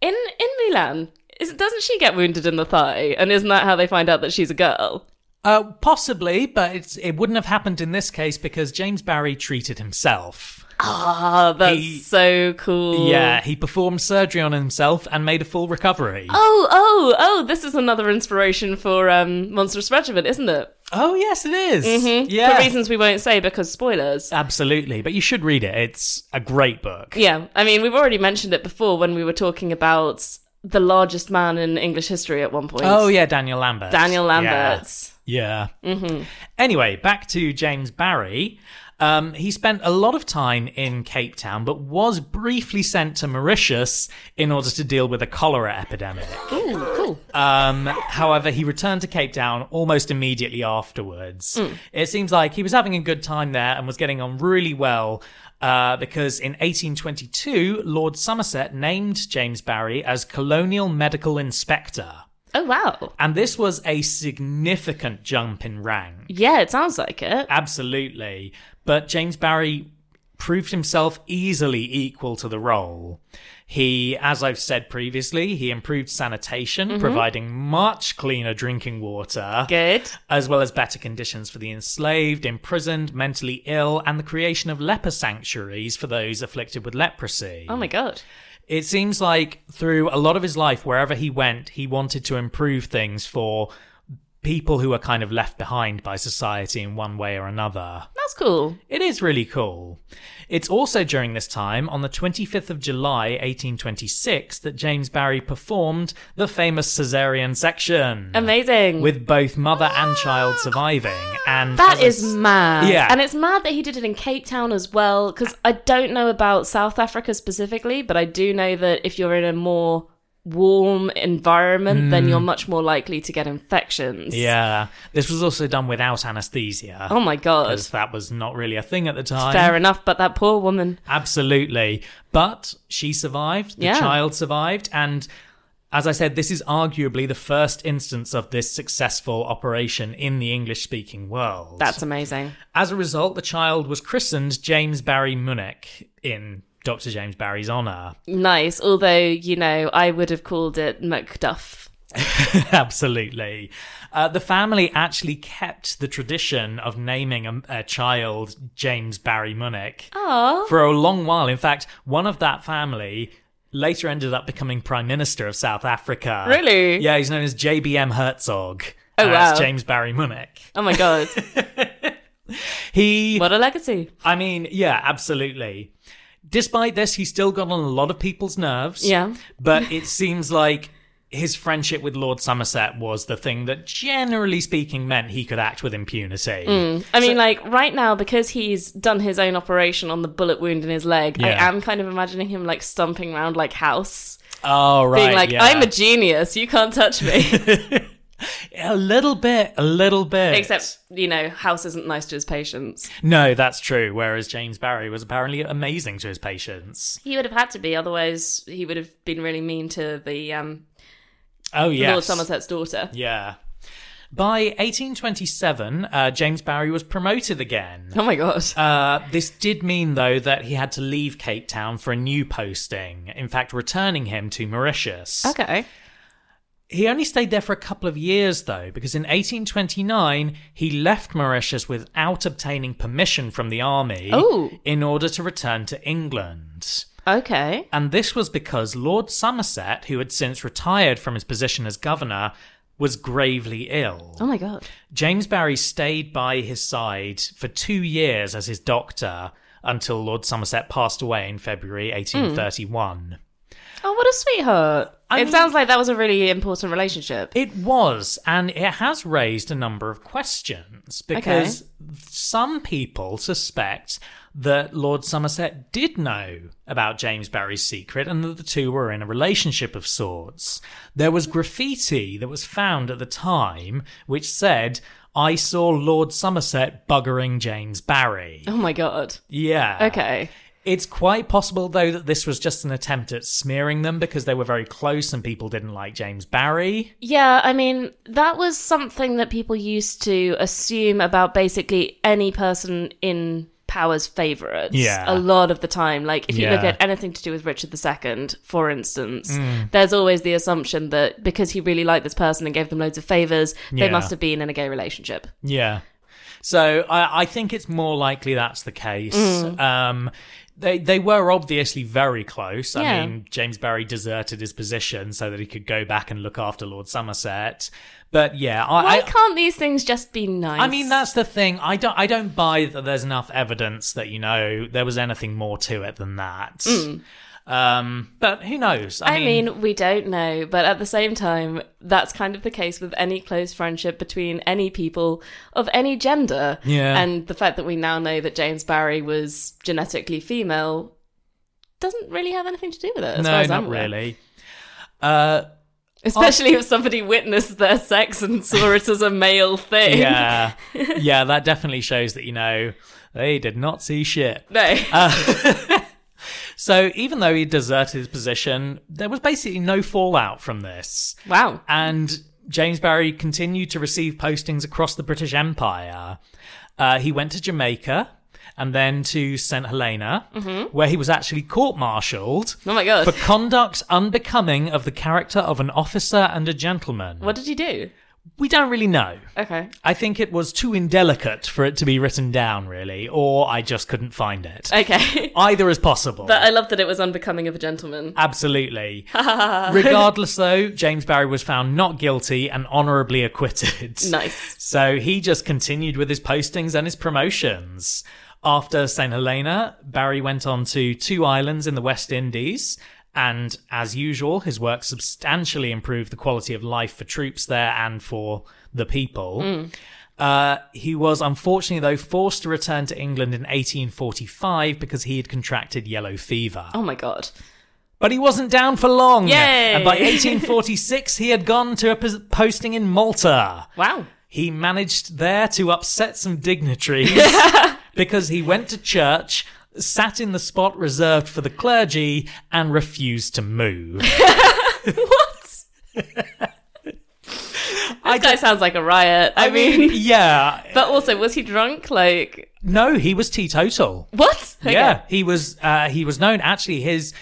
Speaker 2: in Milan, Is, doesn't she get wounded in the thigh? And isn't that how they find out that she's a girl?
Speaker 1: Uh, possibly, but it's, it wouldn't have happened in this case because James Barry treated himself.
Speaker 2: Ah, that's
Speaker 1: He-
Speaker 2: so cool.
Speaker 1: Yeah, he performed surgery on himself and made a full recovery.
Speaker 2: Oh, oh, oh, this is another inspiration for um, Monstrous Regiment, isn't it?
Speaker 1: Oh, yes, it is.
Speaker 2: Hmm?
Speaker 1: Yeah. Ah.
Speaker 2: For reasons we won't say because spoilers.
Speaker 1: Absolutely, but you should read it. It's a great book.
Speaker 2: Yeah, I mean, we've already mentioned it before when we were talking about the largest man in English history at one point.
Speaker 1: Oh yeah, Daniel Lambert.
Speaker 2: Daniel Mm-hmm.
Speaker 1: Yeah.
Speaker 2: Lamberts.
Speaker 1: Yeah. Anyway, back to James Barry. Um, he spent a lot of time in Cape Town, but was briefly sent to Mauritius in order to deal with a cholera epidemic.
Speaker 2: Ooh, cool.
Speaker 1: Um, however, he returned to Cape Town almost immediately afterwards. It seems like he was having a good time there and was getting on really well. Uh, because in 1822, Lord Somerset named James Barry as colonial medical inspector.
Speaker 2: Oh, wow.
Speaker 1: And this was a significant jump in rank.
Speaker 2: Yeah, it sounds like
Speaker 1: Ah.
Speaker 2: it.
Speaker 1: Absolutely. But James Barry proved himself easily equal to the role. He, as I've said previously, he improved sanitation,
Speaker 2: Mm-hmm.
Speaker 1: providing much cleaner drinking water,
Speaker 2: Good.
Speaker 1: as well as better conditions for the enslaved, imprisoned, mentally ill, and the creation of leper sanctuaries for those afflicted with leprosy.
Speaker 2: Oh, my God.
Speaker 1: It seems like through a lot of his life, wherever he went, he wanted to improve things for people who are kind of left behind by society in one way or another.
Speaker 2: That's cool.
Speaker 1: It is really cool. It's also during this time, on the 25th of July 1826, that James Barry performed the famous caesarean section.
Speaker 2: Amazing.
Speaker 1: With both mother and child surviving. And
Speaker 2: That
Speaker 1: as I
Speaker 2: is
Speaker 1: s-
Speaker 2: mad.
Speaker 1: Yeah.
Speaker 2: And it's mad that he did it in Cape Town as well, because I don't know about South Africa specifically, but I do know that if you're in a more warm environment, then you're much more likely to get infections.
Speaker 1: Mm. Yeah. This was also done without anesthesia.
Speaker 2: Oh my God.
Speaker 1: 'cause that was not really a thing at the time.
Speaker 2: Fair enough, but that poor woman.
Speaker 1: Absolutely. But she survived, the
Speaker 2: Yeah.
Speaker 1: child survived, and as I said, this is arguably the first instance of this successful operation in the English speaking world.
Speaker 2: That's amazing.
Speaker 1: As a result, the child was christened James Barry Munich in Dr. James Barry's
Speaker 2: (laughs)
Speaker 1: honour.
Speaker 2: Nice. Although, you know, I would have called it Macduff.
Speaker 1: Absolutely. Uh, the family actually kept the tradition of naming a, a child James Barry Munich
Speaker 2: Oh,
Speaker 1: for a long while. In fact, one of that family later ended up becoming prime minister of South Africa.
Speaker 2: Really?
Speaker 1: Yeah, he's known as JBM Herzog.
Speaker 2: Oh,
Speaker 1: and
Speaker 2: wow.
Speaker 1: it's James Barry Munich.
Speaker 2: oh my God.
Speaker 1: He,
Speaker 2: what a legacy.
Speaker 1: I mean, yeah, absolutely. Despite this, he still got on a lot of people's nerves.
Speaker 2: Yeah.
Speaker 1: But it seems like his friendship with Lord Somerset was the thing that, generally speaking, meant he could act with impunity.
Speaker 2: I mean, like right now, because he's done his own operation on the bullet wound in his leg, I
Speaker 1: Yeah.
Speaker 2: am kind of imagining him like stomping around like house,
Speaker 1: Oh, right.
Speaker 2: being like,
Speaker 1: yeah.
Speaker 2: "I'm a genius, you can't touch me."
Speaker 1: (laughs) a little bit, a little bit.
Speaker 2: Except, you know, house isn't nice to his patients.
Speaker 1: No, that's true. Whereas James Barry was apparently amazing to his patients.
Speaker 2: He would have had to be, otherwise, he would have been really mean to the um,
Speaker 1: Oh yes,
Speaker 2: Lord Somerset's daughter.
Speaker 1: Yeah. By 1827, uh, James Barry was promoted again.
Speaker 2: Oh my god!
Speaker 1: Uh, this did mean, though, that he had to leave Cape Town for a new posting. In fact, returning him to Mauritius.
Speaker 2: okay.
Speaker 1: He only stayed there for a couple of years, though, because in 1829 he left Mauritius without obtaining permission from the army
Speaker 2: Oh.
Speaker 1: in order to return to England.
Speaker 2: Okay.
Speaker 1: And this was because Lord Somerset, who had since retired from his position as governor, was gravely ill.
Speaker 2: Oh my god.
Speaker 1: James Barry stayed by his side for two years as his doctor until Lord Somerset passed away in February 1831.
Speaker 2: Oh, what a sweetheart.
Speaker 1: I
Speaker 2: it
Speaker 1: mean-
Speaker 2: sounds like that was a really important relationship.
Speaker 1: It was, and it has raised a number of questions because some people suspect that Lord Somerset did know about James Barry's secret and that the two were in a relationship of sorts. There was graffiti that was found at the time which said, I saw Lord Somerset buggering James Barry.
Speaker 2: oh my god.
Speaker 1: Yeah.
Speaker 2: Okay.
Speaker 1: It's quite possible, though, that this was just an attempt at smearing them because they were very close and people didn't like James Barry.
Speaker 2: Yeah, I mean, that was something that people used to assume about basically any person in Powers' favorites.
Speaker 1: Yeah.
Speaker 2: A lot of the time. Like, if you look
Speaker 1: Yeah.
Speaker 2: at anything to do with Richard II, for instance,
Speaker 1: Mm.
Speaker 2: there's always the assumption that because he really liked this person and gave them loads of favors, they
Speaker 1: Yeah.
Speaker 2: must have been in a gay relationship.
Speaker 1: Yeah. So I, I think it's more likely that's the case.
Speaker 2: Mm.
Speaker 1: Um, they they were obviously very close.
Speaker 2: Yeah.
Speaker 1: I mean, James Barry deserted his position so that he could go back and look after Lord Somerset. But yeah,
Speaker 2: Why
Speaker 1: I. I
Speaker 2: can't these things just be nice?
Speaker 1: I mean that's the thing. I don't. I don't buy that. There's enough evidence that you know there was anything more to it than that. Um, but who knows? I,
Speaker 2: Mm. I mean, we don't know, but at the same time, that's kind of the case with any close friendship between any people of any gender.
Speaker 1: Yeah.
Speaker 2: And the fact that we now know that James Barry was genetically female doesn't really have anything to do with it. As far
Speaker 1: no,
Speaker 2: as I'm
Speaker 1: not
Speaker 2: aware. (laughs)
Speaker 1: really. Uh,
Speaker 2: Especially if somebody witnessed their sex and saw it as
Speaker 1: (laughs)
Speaker 2: a male thing.
Speaker 1: yeah, yeah. That definitely shows that you know they did not see shit.
Speaker 2: (laughs) No.
Speaker 1: Uh. So even though he deserted his position, there was basically no fallout from this.
Speaker 2: wow.
Speaker 1: And James Barry continued to receive postings across the British Empire. Uh, he went to Jamaica and then to St. Helena, where he was actually court martialed
Speaker 2: Mm-hmm. Oh my God.
Speaker 1: for conduct unbecoming of the character of an officer and a gentleman.
Speaker 2: What did you do?
Speaker 1: We don't really know.
Speaker 2: Okay.
Speaker 1: I think it was too indelicate for it to be written down, really, or I just couldn't find it. (laughs)
Speaker 2: Okay.
Speaker 1: Either is possible.
Speaker 2: Uh, but uh, I love that it was unbecoming of a gentleman.
Speaker 1: (laughs) Absolutely.
Speaker 2: (laughs)
Speaker 1: Regardless, though, James Barry was found not guilty and honourably acquitted.
Speaker 2: Nice.
Speaker 1: So he just continued with his postings and his promotions. After St. Helena, Barry went on to two islands in the West Indies. And as usual, his work substantially improved the quality of life for troops there and for the people. Uh, he was unfortunately, though, forced to return to England in 1845 because he had contracted yellow fever.
Speaker 2: Oh my God.
Speaker 1: But he wasn't down for long.
Speaker 2: Yay.
Speaker 1: And by 1846, he had gone to a pos- posting in Malta.
Speaker 2: Wow.
Speaker 1: He managed there to upset some dignitaries
Speaker 2: (laughs)
Speaker 1: (laughs) because he went to church, sat in the spot reserved for the clergy, and refused to move.
Speaker 2: what? This guy sounds like a riot. I, mean,
Speaker 1: (laughs) yeah.
Speaker 2: but also, was he drunk? Like,
Speaker 1: No, he was teetotal.
Speaker 2: what? Okay.
Speaker 1: Yeah, he was. Uh, he was known actually. His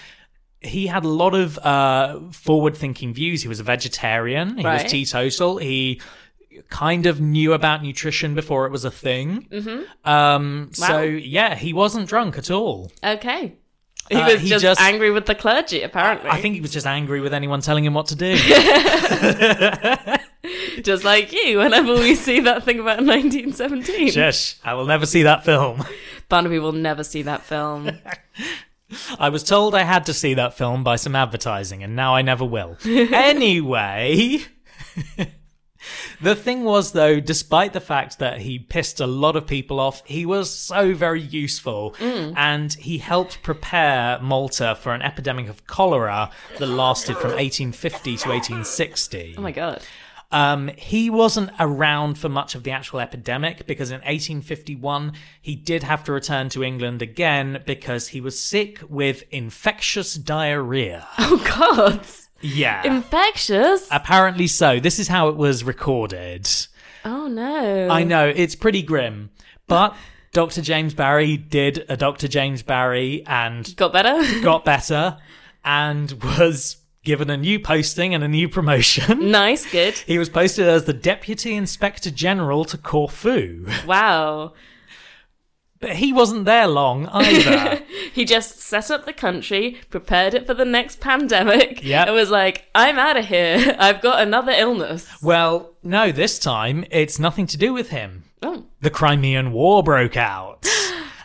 Speaker 1: he had a lot of uh, forward-thinking views. He was a vegetarian. He
Speaker 2: Right.
Speaker 1: was teetotal. He kind of knew about nutrition before it was a thing. Mm-hmm. Um,
Speaker 2: Wow.
Speaker 1: So yeah, he wasn't drunk at all.
Speaker 2: Okay. He
Speaker 1: Uh,
Speaker 2: was
Speaker 1: he
Speaker 2: just,
Speaker 1: just-
Speaker 2: angry with the clergy, apparently.
Speaker 1: I think he was just angry with anyone telling him what to
Speaker 2: (laughs)
Speaker 1: do.
Speaker 2: just like you, whenever we see that thing about (laughs) 1917.
Speaker 1: Shush! I will never see that film. (laughs)
Speaker 2: Barnaby will never see that film.
Speaker 1: I was told I had to see that film by some advertising, and now I never
Speaker 2: (laughs)
Speaker 1: will. anyway. (laughs) The thing was, though, despite the fact that he pissed a lot of people off, he was so very useful
Speaker 2: Mm.
Speaker 1: and he helped prepare Malta for an epidemic of cholera that lasted from 1850 to 1860.
Speaker 2: oh my God.
Speaker 1: Um, he wasn't around for much of the actual epidemic because in 1851 he did have to return to England again because he was sick with infectious diarrhea.
Speaker 2: Oh God.
Speaker 1: Yeah.
Speaker 2: Infectious.
Speaker 1: Apparently so. This is how it was recorded.
Speaker 2: oh no.
Speaker 1: I know, it's pretty grim. But Dr. James Barry did a Dr. James Barry and
Speaker 2: Got better? (laughs)
Speaker 1: got better and was given a new posting and a new promotion.
Speaker 2: nice. Good.
Speaker 1: He was posted as the Deputy Inspector General to Corfu.
Speaker 2: Wow.
Speaker 1: But he wasn't there long
Speaker 2: (laughs)
Speaker 1: either.
Speaker 2: He just set up the country, prepared it for the next pandemic,
Speaker 1: Yep.
Speaker 2: and was like, I'm out of here. I've got another illness.
Speaker 1: well, no, this time it's nothing to do with him.
Speaker 2: Oh.
Speaker 1: The Crimean War broke
Speaker 2: (gasps)
Speaker 1: out.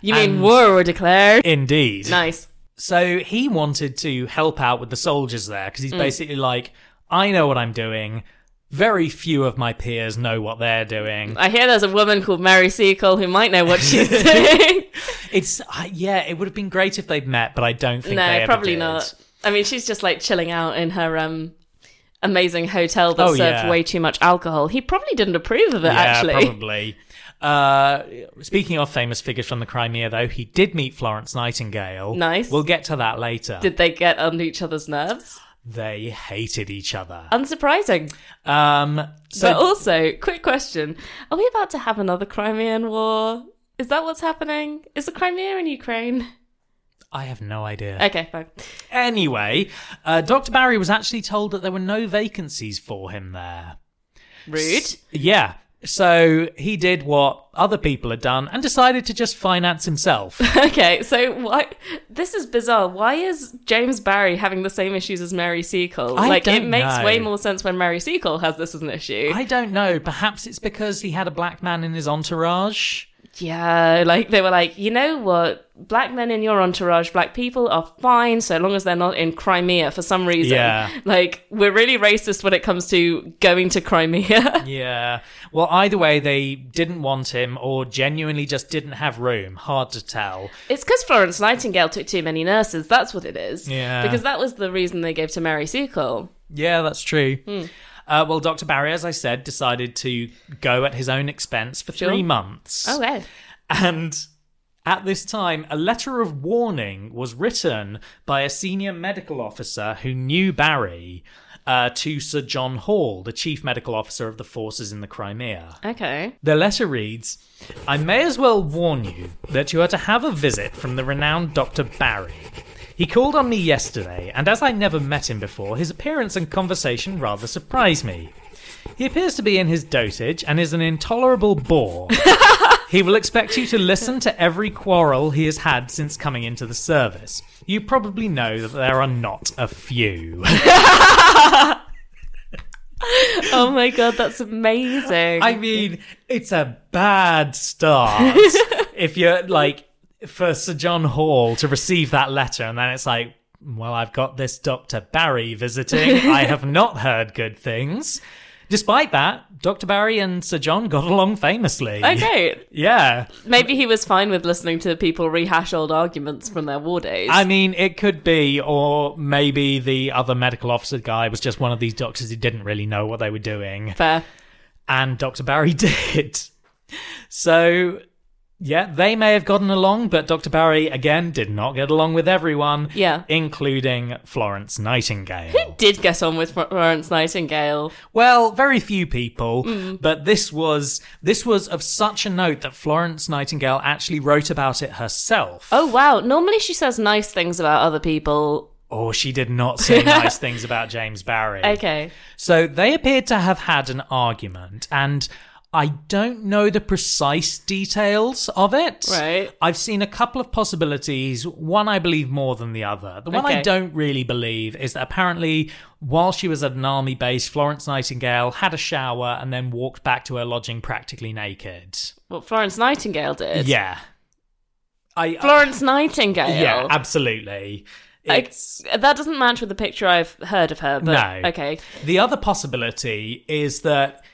Speaker 2: You mean
Speaker 1: And-
Speaker 2: war were declared?
Speaker 1: Indeed.
Speaker 2: Nice.
Speaker 1: So he wanted to help out with the soldiers there because
Speaker 2: Mm.
Speaker 1: he's basically like, I know what I'm doing. Very few of my peers know what they're doing.
Speaker 2: I hear there's a woman called Mary Seacole who might know
Speaker 1: (laughs)
Speaker 2: what she's doing.
Speaker 1: It's uh, yeah, it would have been great if they'd met, but I don't think they
Speaker 2: no,
Speaker 1: ever
Speaker 2: probably
Speaker 1: did.
Speaker 2: not. I mean, she's just like chilling out in her um amazing hotel that
Speaker 1: Oh,
Speaker 2: served
Speaker 1: yeah.
Speaker 2: way too much alcohol. He probably didn't approve of it,
Speaker 1: Yeah,
Speaker 2: actually. (laughs)
Speaker 1: probably. Uh, speaking of famous figures from the Crimea, though, he did meet Florence Nightingale.
Speaker 2: Nice.
Speaker 1: We'll get to that later.
Speaker 2: Did they get on each other's nerves?
Speaker 1: they hated each other.
Speaker 2: Unsurprising.
Speaker 1: (laughs) Um, so
Speaker 2: but also, quick question: Are we about to have another Crimean War? Is that what's happening? Is the Crimea in Ukraine?
Speaker 1: I have no idea.
Speaker 2: Okay, fine.
Speaker 1: Anyway, uh, Dr. Barry was actually told that there were no vacancies for him there.
Speaker 2: Rude.
Speaker 1: Yeah. So he did what other people had done and decided to just finance himself.
Speaker 2: Okay, so why? This is bizarre. Why is James Barry having the same issues as Mary Seacole?
Speaker 1: I
Speaker 2: like, it
Speaker 1: don't
Speaker 2: makes
Speaker 1: know.
Speaker 2: way more sense when Mary Seacole has this as an issue.
Speaker 1: I don't know. Perhaps it's because he had a black man in his entourage.
Speaker 2: Yeah, like they were like, you know what? Black men in your entourage, black people are fine so long as they're not in Crimea for some reason.
Speaker 1: Yeah.
Speaker 2: Like, we're really racist when it comes to going to Crimea. (laughs)
Speaker 1: Yeah. Well, either way, they didn't want him or genuinely just didn't have room. Hard to tell.
Speaker 2: it's because Florence Nightingale took too many nurses. That's what it is.
Speaker 1: Yeah.
Speaker 2: Because that was the reason they gave to Mary Seacole.
Speaker 1: Yeah, that's true. Uh, well, Dr. Barry, as I said, decided to go at his own expense for three
Speaker 2: Sure. Oh,
Speaker 1: months.
Speaker 2: Okay.
Speaker 1: And at this time, a letter of warning was written by a senior medical officer who knew Barry uh, to Sir John Hall, the chief medical officer of the forces in the Crimea.
Speaker 2: Okay.
Speaker 1: The letter reads I may as well warn you that you are to have a visit from the renowned Dr. Barry. He called on me yesterday, and as I never met him before, his appearance and conversation rather surprised me. He appears to be in his dotage and is an intolerable bore. He will expect you to listen to every quarrel he has had since coming into the service. You probably know that there are not a few.
Speaker 2: Oh my God, that's amazing.
Speaker 1: I mean, it's a bad start if you're like for Sir John Hall to receive that letter and then it's like, well, I've got this Dr. Barry visiting. I have not heard good things. Despite that, Dr. Barry and Sir John got along famously.
Speaker 2: Okay.
Speaker 1: Yeah.
Speaker 2: Oh, Maybe he was fine with listening to people rehash old arguments from their war days.
Speaker 1: I mean, it could be, or maybe the other medical officer guy was just one of these doctors who didn't really know what they were doing.
Speaker 2: Fair.
Speaker 1: and Dr. Barry (laughs) did. So, yeah, they may have gotten along, but Dr. Barry, again, did not get along with everyone,
Speaker 2: Yeah.
Speaker 1: including Florence Nightingale.
Speaker 2: Did get on with Florence Nightingale.
Speaker 1: well, very few people,
Speaker 2: Mm.
Speaker 1: but this was this was of such a note that Florence Nightingale actually wrote about it herself.
Speaker 2: Oh wow! Normally she says nice things about other people.
Speaker 1: Or she did not say
Speaker 2: (laughs)
Speaker 1: nice things about James Barry.
Speaker 2: Okay.
Speaker 1: So they appeared to have had an argument, and I don't know the precise details of it.
Speaker 2: Right.
Speaker 1: I've seen a couple of possibilities. One I believe more than the other. The one I
Speaker 2: Okay.
Speaker 1: don't really believe is that apparently, while she was at an army base, Florence Nightingale had a shower and then walked back to her lodging practically naked.
Speaker 2: What Florence Nightingale did.
Speaker 1: yeah. I,
Speaker 2: Florence Nightingale.
Speaker 1: yeah, absolutely. It's.
Speaker 2: Like, that doesn't match with the picture I've heard of her. But
Speaker 1: No.
Speaker 2: Okay.
Speaker 1: The other possibility is that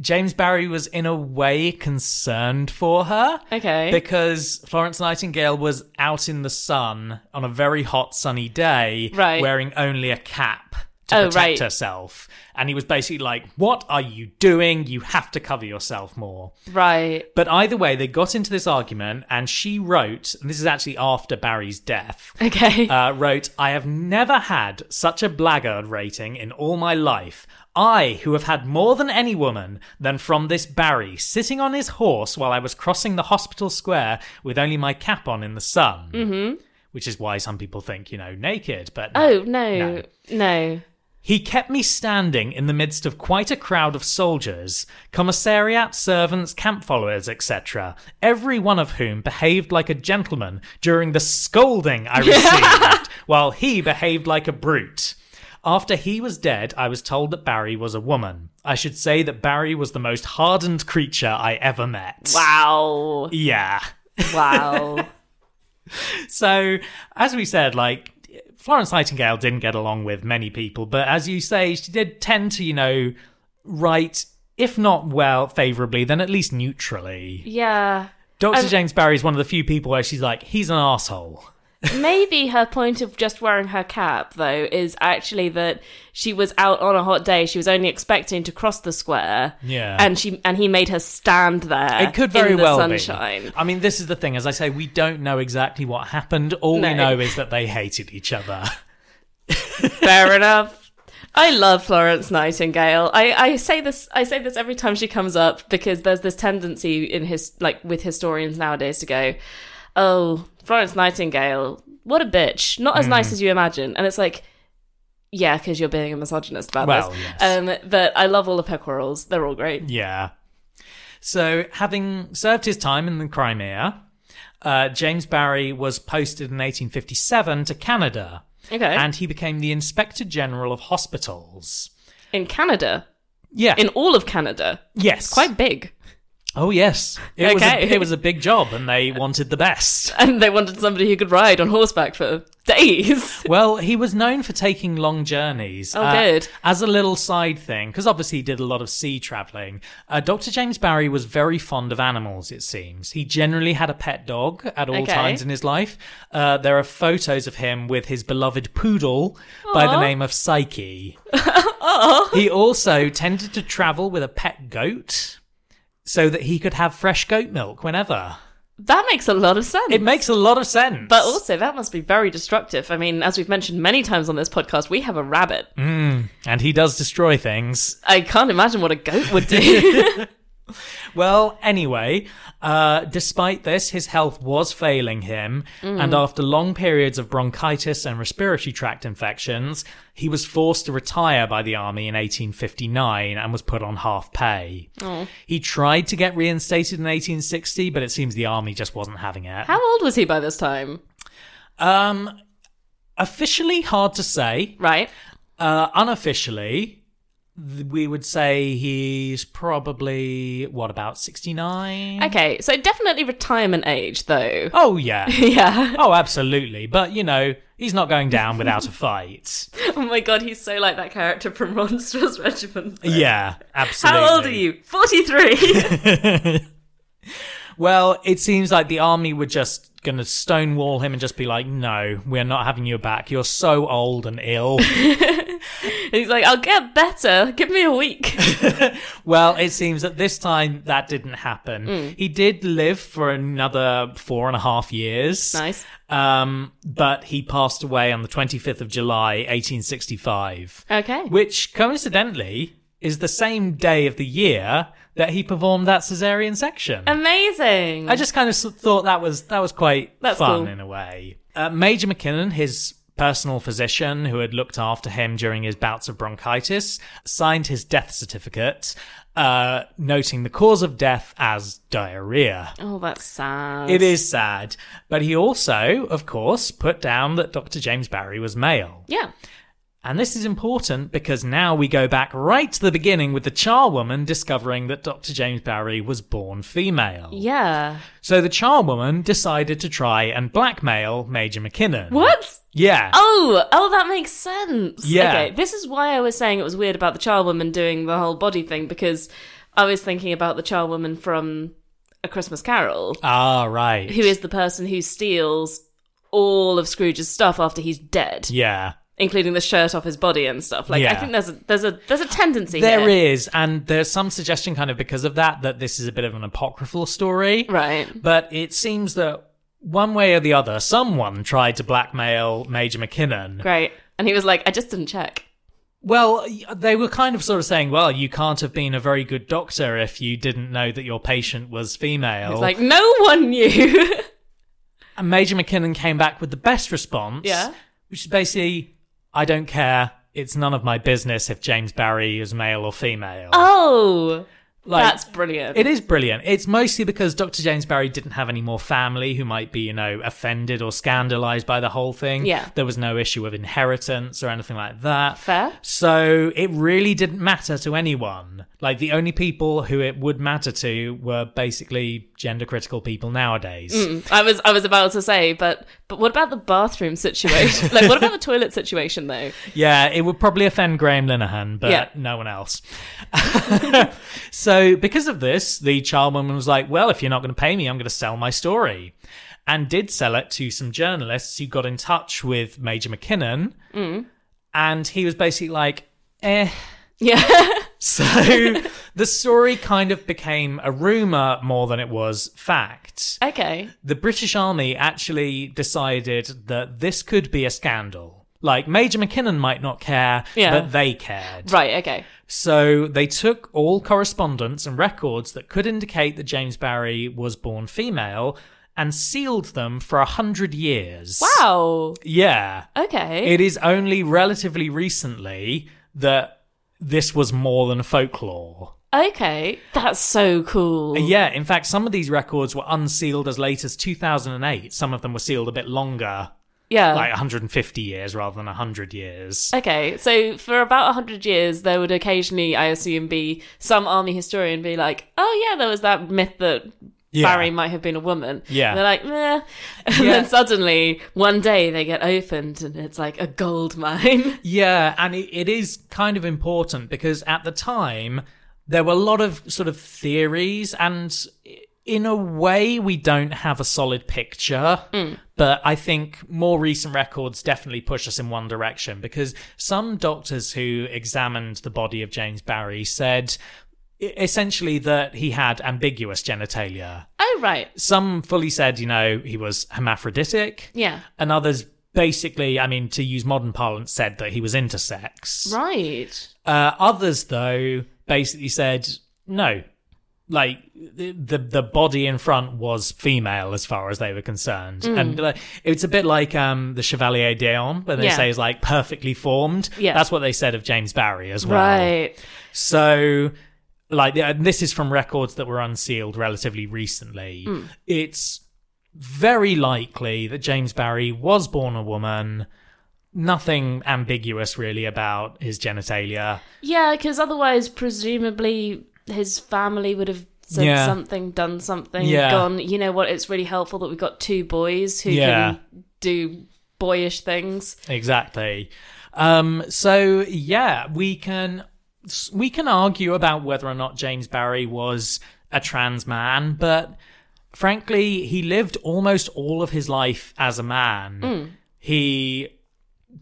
Speaker 1: James Barry was in a way concerned for her
Speaker 2: Okay.
Speaker 1: because Florence Nightingale was out in the sun on a very hot sunny day
Speaker 2: Right.
Speaker 1: wearing only a cap to
Speaker 2: Oh,
Speaker 1: protect
Speaker 2: right.
Speaker 1: herself. And he was basically like, What are you doing? You have to cover yourself more.
Speaker 2: right.
Speaker 1: But either way, they got into this argument, and she wrote, and this is actually after Barry's death,
Speaker 2: (laughs) Okay.
Speaker 1: uh, wrote, I have never had such a blackguard rating in all my life. I, who have had more than any woman, than from this Barry, sitting on his horse while I was crossing the hospital square with only my cap on in the sun. Mm-hmm. Which is why some people think, you know, naked, but. no.
Speaker 2: oh no. No.
Speaker 1: He kept me standing in the midst of quite a crowd of soldiers, commissariat servants, camp followers, etc., every one of whom behaved like a gentleman during the scolding I received, while he behaved like a brute. After he was dead, I was told that Barry was a woman. I should say that Barry was the most hardened creature I ever met. (laughs)
Speaker 2: Wow.
Speaker 1: Yeah.
Speaker 2: Wow.
Speaker 1: So, as we said, like Florence Nightingale didn't get along with many people, but as you say, she did tend to, you know, write if not well favorably, then at least neutrally.
Speaker 2: yeah.
Speaker 1: Dr.
Speaker 2: Um,
Speaker 1: James Barry is one of the few people where she's like, he's an asshole.
Speaker 2: Maybe her point of just wearing her cap, though, is actually that she was out on a hot day. She was only expecting to cross the square.
Speaker 1: Yeah.
Speaker 2: And she and he made her stand there.
Speaker 1: It could very
Speaker 2: in the
Speaker 1: well
Speaker 2: sunshine.
Speaker 1: be. I mean, this is the thing. As I say, we don't know exactly what happened. All we
Speaker 2: No.
Speaker 1: know is that they hated each other.
Speaker 2: (laughs) Fair enough. I love Florence Nightingale. I, I say this I say this every time she comes up because there's this tendency in his like with historians nowadays to go, Oh, Florence Nightingale, what a bitch. Not as
Speaker 1: Hmm.
Speaker 2: nice as you imagine. And it's like yeah, because you're being a misogynist about
Speaker 1: Well,
Speaker 2: this.
Speaker 1: yes.
Speaker 2: Um, but I love all of her quarrels. They're all great.
Speaker 1: Yeah. So, having served his time in the Crimea, uh, James Barry was posted in 1857 to Canada,
Speaker 2: Okay.
Speaker 1: and he became the Inspector General of Hospitals.
Speaker 2: in Canada.
Speaker 1: Yeah.
Speaker 2: In all of Canada.
Speaker 1: yes.
Speaker 2: Quite big.
Speaker 1: Oh yes. It was
Speaker 2: Okay.
Speaker 1: a, it was a big job, and
Speaker 2: (laughs)
Speaker 1: they wanted the best.
Speaker 2: And they wanted somebody who could ride on horseback for days. (laughs)
Speaker 1: Well, he was known for taking long journeys. uh,
Speaker 2: Oh, good.
Speaker 1: As a little side thing, because obviously he did a lot of sea traveling. Uh, Dr. James Barry was very fond of animals, it seems. He generally had a pet dog at all
Speaker 2: Okay.
Speaker 1: times in his life. Uh, there are photos of him with his beloved poodle by the
Speaker 2: Aw.
Speaker 1: name of
Speaker 2: (laughs)
Speaker 1: Psyche. he also tended to travel with a pet goat so that he could have fresh goat milk whenever.
Speaker 2: That makes a lot of sense.
Speaker 1: It makes a lot of sense.
Speaker 2: But also, that must be very destructive. I mean, as we've mentioned many times on this podcast, we have a rabbit.
Speaker 1: and he does destroy things.
Speaker 2: I can't imagine what a goat would do.
Speaker 1: Well, anyway, uh, despite this, his health was failing him, and after long periods of bronchitis and respiratory tract infections, he was forced to retire by the army in 1859 and was put on half pay. He tried to get reinstated in 1860, but it seems the army just wasn't having it.
Speaker 2: How old was he by this time?
Speaker 1: um, officially, hard to say.
Speaker 2: Right?
Speaker 1: Uh, unofficially, th- we would say he's probably what about 69?
Speaker 2: Okay, so definitely retirement age, though. (laughs)
Speaker 1: Oh yeah.
Speaker 2: Yeah.
Speaker 1: Oh, absolutely. But, you know, he's not going down without a fight.
Speaker 2: Oh my god, he's so like that character from (laughs) Monsters Regiment.
Speaker 1: (laughs) yeah, absolutely.
Speaker 2: How old are you? 43.
Speaker 1: Well, it seems like the army were just going to stonewall him and just be like, no, we're not having you back. You're so old and (laughs) ill.
Speaker 2: And (laughs) he's like, I'll get better. Give me
Speaker 1: (laughs)
Speaker 2: a week.
Speaker 1: well, it seems that this time that didn't happen. He did live for another four and a half years.
Speaker 2: Nice.
Speaker 1: Um, but he passed away on the 25th of July, 1865.
Speaker 2: Okay.
Speaker 1: which coincidentally is the same day of the year that he performed that cesarean section.
Speaker 2: Um, Amazing.
Speaker 1: I just kind of s- thought that was that was quite
Speaker 2: That's
Speaker 1: fun
Speaker 2: cool.
Speaker 1: in a way. Uh, Major McKinnon, his personal physician who had looked after him during his bouts of bronchitis, signed his death certificate, uh, noting the cause of death as diarrhea.
Speaker 2: Oh, that's sad.
Speaker 1: It is sad, but he also, of course, put down that Dr. James Barry was male.
Speaker 2: Yeah.
Speaker 1: And this is important because now we go back right to the beginning with the charwoman discovering that Dr. James Barry was born female.
Speaker 2: Yeah.
Speaker 1: So the charwoman decided to try and blackmail Major McKinnon.
Speaker 2: What?
Speaker 1: Yeah.
Speaker 2: Oh, oh, that makes sense.
Speaker 1: Yeah.
Speaker 2: Okay, this is why I was saying it was weird about the charwoman doing the whole body thing because I was thinking about the charwoman from A Christmas Carol,
Speaker 1: Ah, right.
Speaker 2: who is the person who steals all of Scrooge's stuff after he's dead,
Speaker 1: Yeah.
Speaker 2: including the shirt off his body and stuff. Like, I
Speaker 1: Yeah.
Speaker 2: think there's a there's a there's a tendency
Speaker 1: There
Speaker 2: here.
Speaker 1: is, and there's some suggestion kind of because of that that this is a bit of an apocryphal story.
Speaker 2: right.
Speaker 1: But it seems that one way or the other, someone tried to blackmail Major McKinnon.
Speaker 2: Great. And he was like, I just didn't check.
Speaker 1: Well, y- they were kind of sort of saying, well, you can't have been a very good doctor if you didn't know that your patient was female.
Speaker 2: It's like no one knew. (laughs)
Speaker 1: and Major McKinnon came back with the best response,
Speaker 2: Yeah.
Speaker 1: which is basically, I don't care. It's none of my business if James Barry is male or female.
Speaker 2: oh,
Speaker 1: like,
Speaker 2: that's brilliant.
Speaker 1: it is brilliant. It's mostly because Dr. James Barry didn't have any more family who might be, you know, offended or scandalized by the whole thing.
Speaker 2: Yeah.
Speaker 1: There was no issue of inheritance or anything like that.
Speaker 2: Fair.
Speaker 1: So it really didn't matter to anyone. Like the only people who it would matter to were basically gender critical people nowadays.
Speaker 2: I was I was about to say, but but what about the bathroom situation? like, what about the toilet situation though?
Speaker 1: Yeah, it would probably offend Graham Linehan, but
Speaker 2: Yeah.
Speaker 1: no one else. (laughs) so because of this, the charwoman was like, "Well, if you're not going to pay me, I'm going to sell my story." And did sell it to some journalists who got in touch with Major McKinnon.
Speaker 2: Mm.
Speaker 1: And he was basically like, "Eh,
Speaker 2: Yeah,
Speaker 1: (laughs) So the story kind of became a rumor more than it was fact.
Speaker 2: okay,
Speaker 1: The British Army actually decided that this could be a scandal. Like Major McKinnon might not care,
Speaker 2: Yeah.
Speaker 1: but they cared.
Speaker 2: Right, okay.
Speaker 1: So they took all correspondence and records that could indicate that James Barry was born female and sealed them for a hundred years.
Speaker 2: Wow.
Speaker 1: Yeah.
Speaker 2: Okay.
Speaker 1: It is only relatively recently that this was more than folklore.
Speaker 2: okay. That's so cool.
Speaker 1: Yeah, in fact, some of these records were unsealed as late as 2008. Some of them were sealed a bit longer,
Speaker 2: Yeah.
Speaker 1: like Uh, 150 years rather than 100 years.
Speaker 2: Okay, so for about 100 years, there would occasionally, I assume, be some army historian be like, oh, yeah, there was that myth that
Speaker 1: Yeah.
Speaker 2: Barry might have been a woman.
Speaker 1: Yeah.
Speaker 2: And they're like, meh. And then suddenly, one day, they get opened and it's like a gold mine. (laughs)
Speaker 1: Yeah, and it, it is kind of important because at the time there were a lot of sort of theories, and in a way we don't have a solid picture. But I think more recent records definitely push us in one direction because some doctors who examined the body of James Barry said e- essentially that he had ambiguous genitalia.
Speaker 2: oh, right.
Speaker 1: Some fully said, you know, he was hermaphroditic
Speaker 2: Yeah.
Speaker 1: and others basically, I mean, to use modern parlance, said that he was intersex.
Speaker 2: Right.
Speaker 1: Uh, others, though, basically said no. Like the, the the body in front was female as far as they were concerned,
Speaker 2: Mm.
Speaker 1: and like, it's a bit like um the Chevalier d'Eon when they
Speaker 2: Yeah.
Speaker 1: say is like perfectly formed.
Speaker 2: Yeah.
Speaker 1: that's what they said of James Barry as well.
Speaker 2: Right.
Speaker 1: So, like, and this is from records that were unsealed relatively recently. It's very likely that James Barry was born a woman. Nothing ambiguous really about his genitalia.
Speaker 2: Yeah, because otherwise, presumably, his family would have said
Speaker 1: Yeah.
Speaker 2: something, done something,
Speaker 1: Yeah.
Speaker 2: gone. You know what? It's really helpful that we've got two boys who
Speaker 1: Yeah.
Speaker 2: can do boyish things.
Speaker 1: Exactly. Um, so yeah, we can we can argue about whether or not James Barry was a trans man, but frankly, he lived almost all of his life as a man.
Speaker 2: Hmm.
Speaker 1: He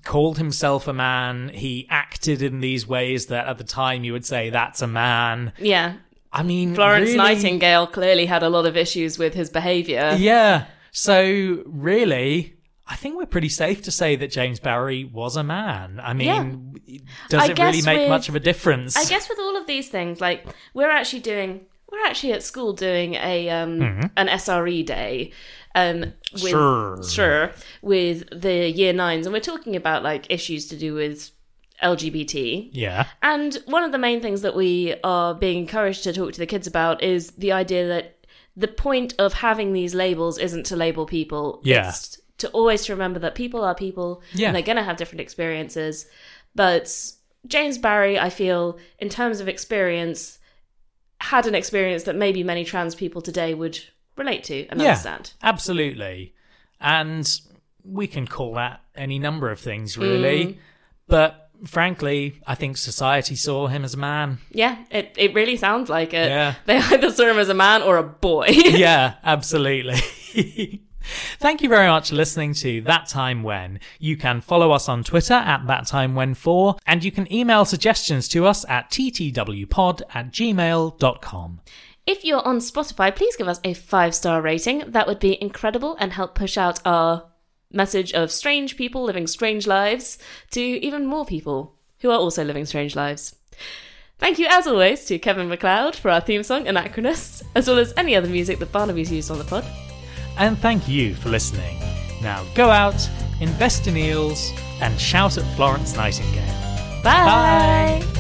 Speaker 1: called himself a man. He acted in these ways that at the time you would say that's a man.
Speaker 2: Yeah.
Speaker 1: I mean,
Speaker 2: Florence
Speaker 1: really-
Speaker 2: Nightingale clearly had a lot of issues with his behaviour.
Speaker 1: Yeah. So really. I think we're pretty safe to say that James Barry was a man. I mean, does
Speaker 2: I
Speaker 1: it really
Speaker 2: guess
Speaker 1: make
Speaker 2: with-
Speaker 1: much of a difference?
Speaker 2: I guess with all of these things, like we're actually doing, we're actually at school doing a um, an SRE day, um, with,
Speaker 1: Sure.
Speaker 2: sure, with the year nines, and we're talking about like issues to do with LGBT.
Speaker 1: Yeah.
Speaker 2: And one of the main things that we are being encouraged to talk to the kids about is the idea that the point of having these labels isn't to label people.
Speaker 1: Yeah.
Speaker 2: It's to always remember that people are people
Speaker 1: Yeah.
Speaker 2: and they're going to have different experiences. But James Barry, I feel, in terms of experience, had an experience that maybe many trans people today would relate to and
Speaker 1: Yeah.
Speaker 2: understand.
Speaker 1: Absolutely. And we can call that any number of things, really.
Speaker 2: Hmm.
Speaker 1: But frankly, I think society saw him as a man.
Speaker 2: Yeah, it, it really sounds like it.
Speaker 1: Yeah.
Speaker 2: They (laughs) either saw him as a man or a boy. (laughs)
Speaker 1: yeah, absolutely. (laughs) Thank you very much for listening to That Time When. You can follow us on Twitter at That Time When 4, and you can email suggestions to us at ttwpod at gmail.com.
Speaker 2: If you're on Spotify, please give us a five star rating. That would be incredible and help push out our message of strange people living strange lives to even more people who are also living strange lives. Thank you, as always, to Kevin McLeod for our theme song, Anachronist, as well as any other music that Barnaby's used on the pod.
Speaker 1: And thank you for listening. Now go out, invest in eels, and shout at Florence Nightingale.
Speaker 2: Bye!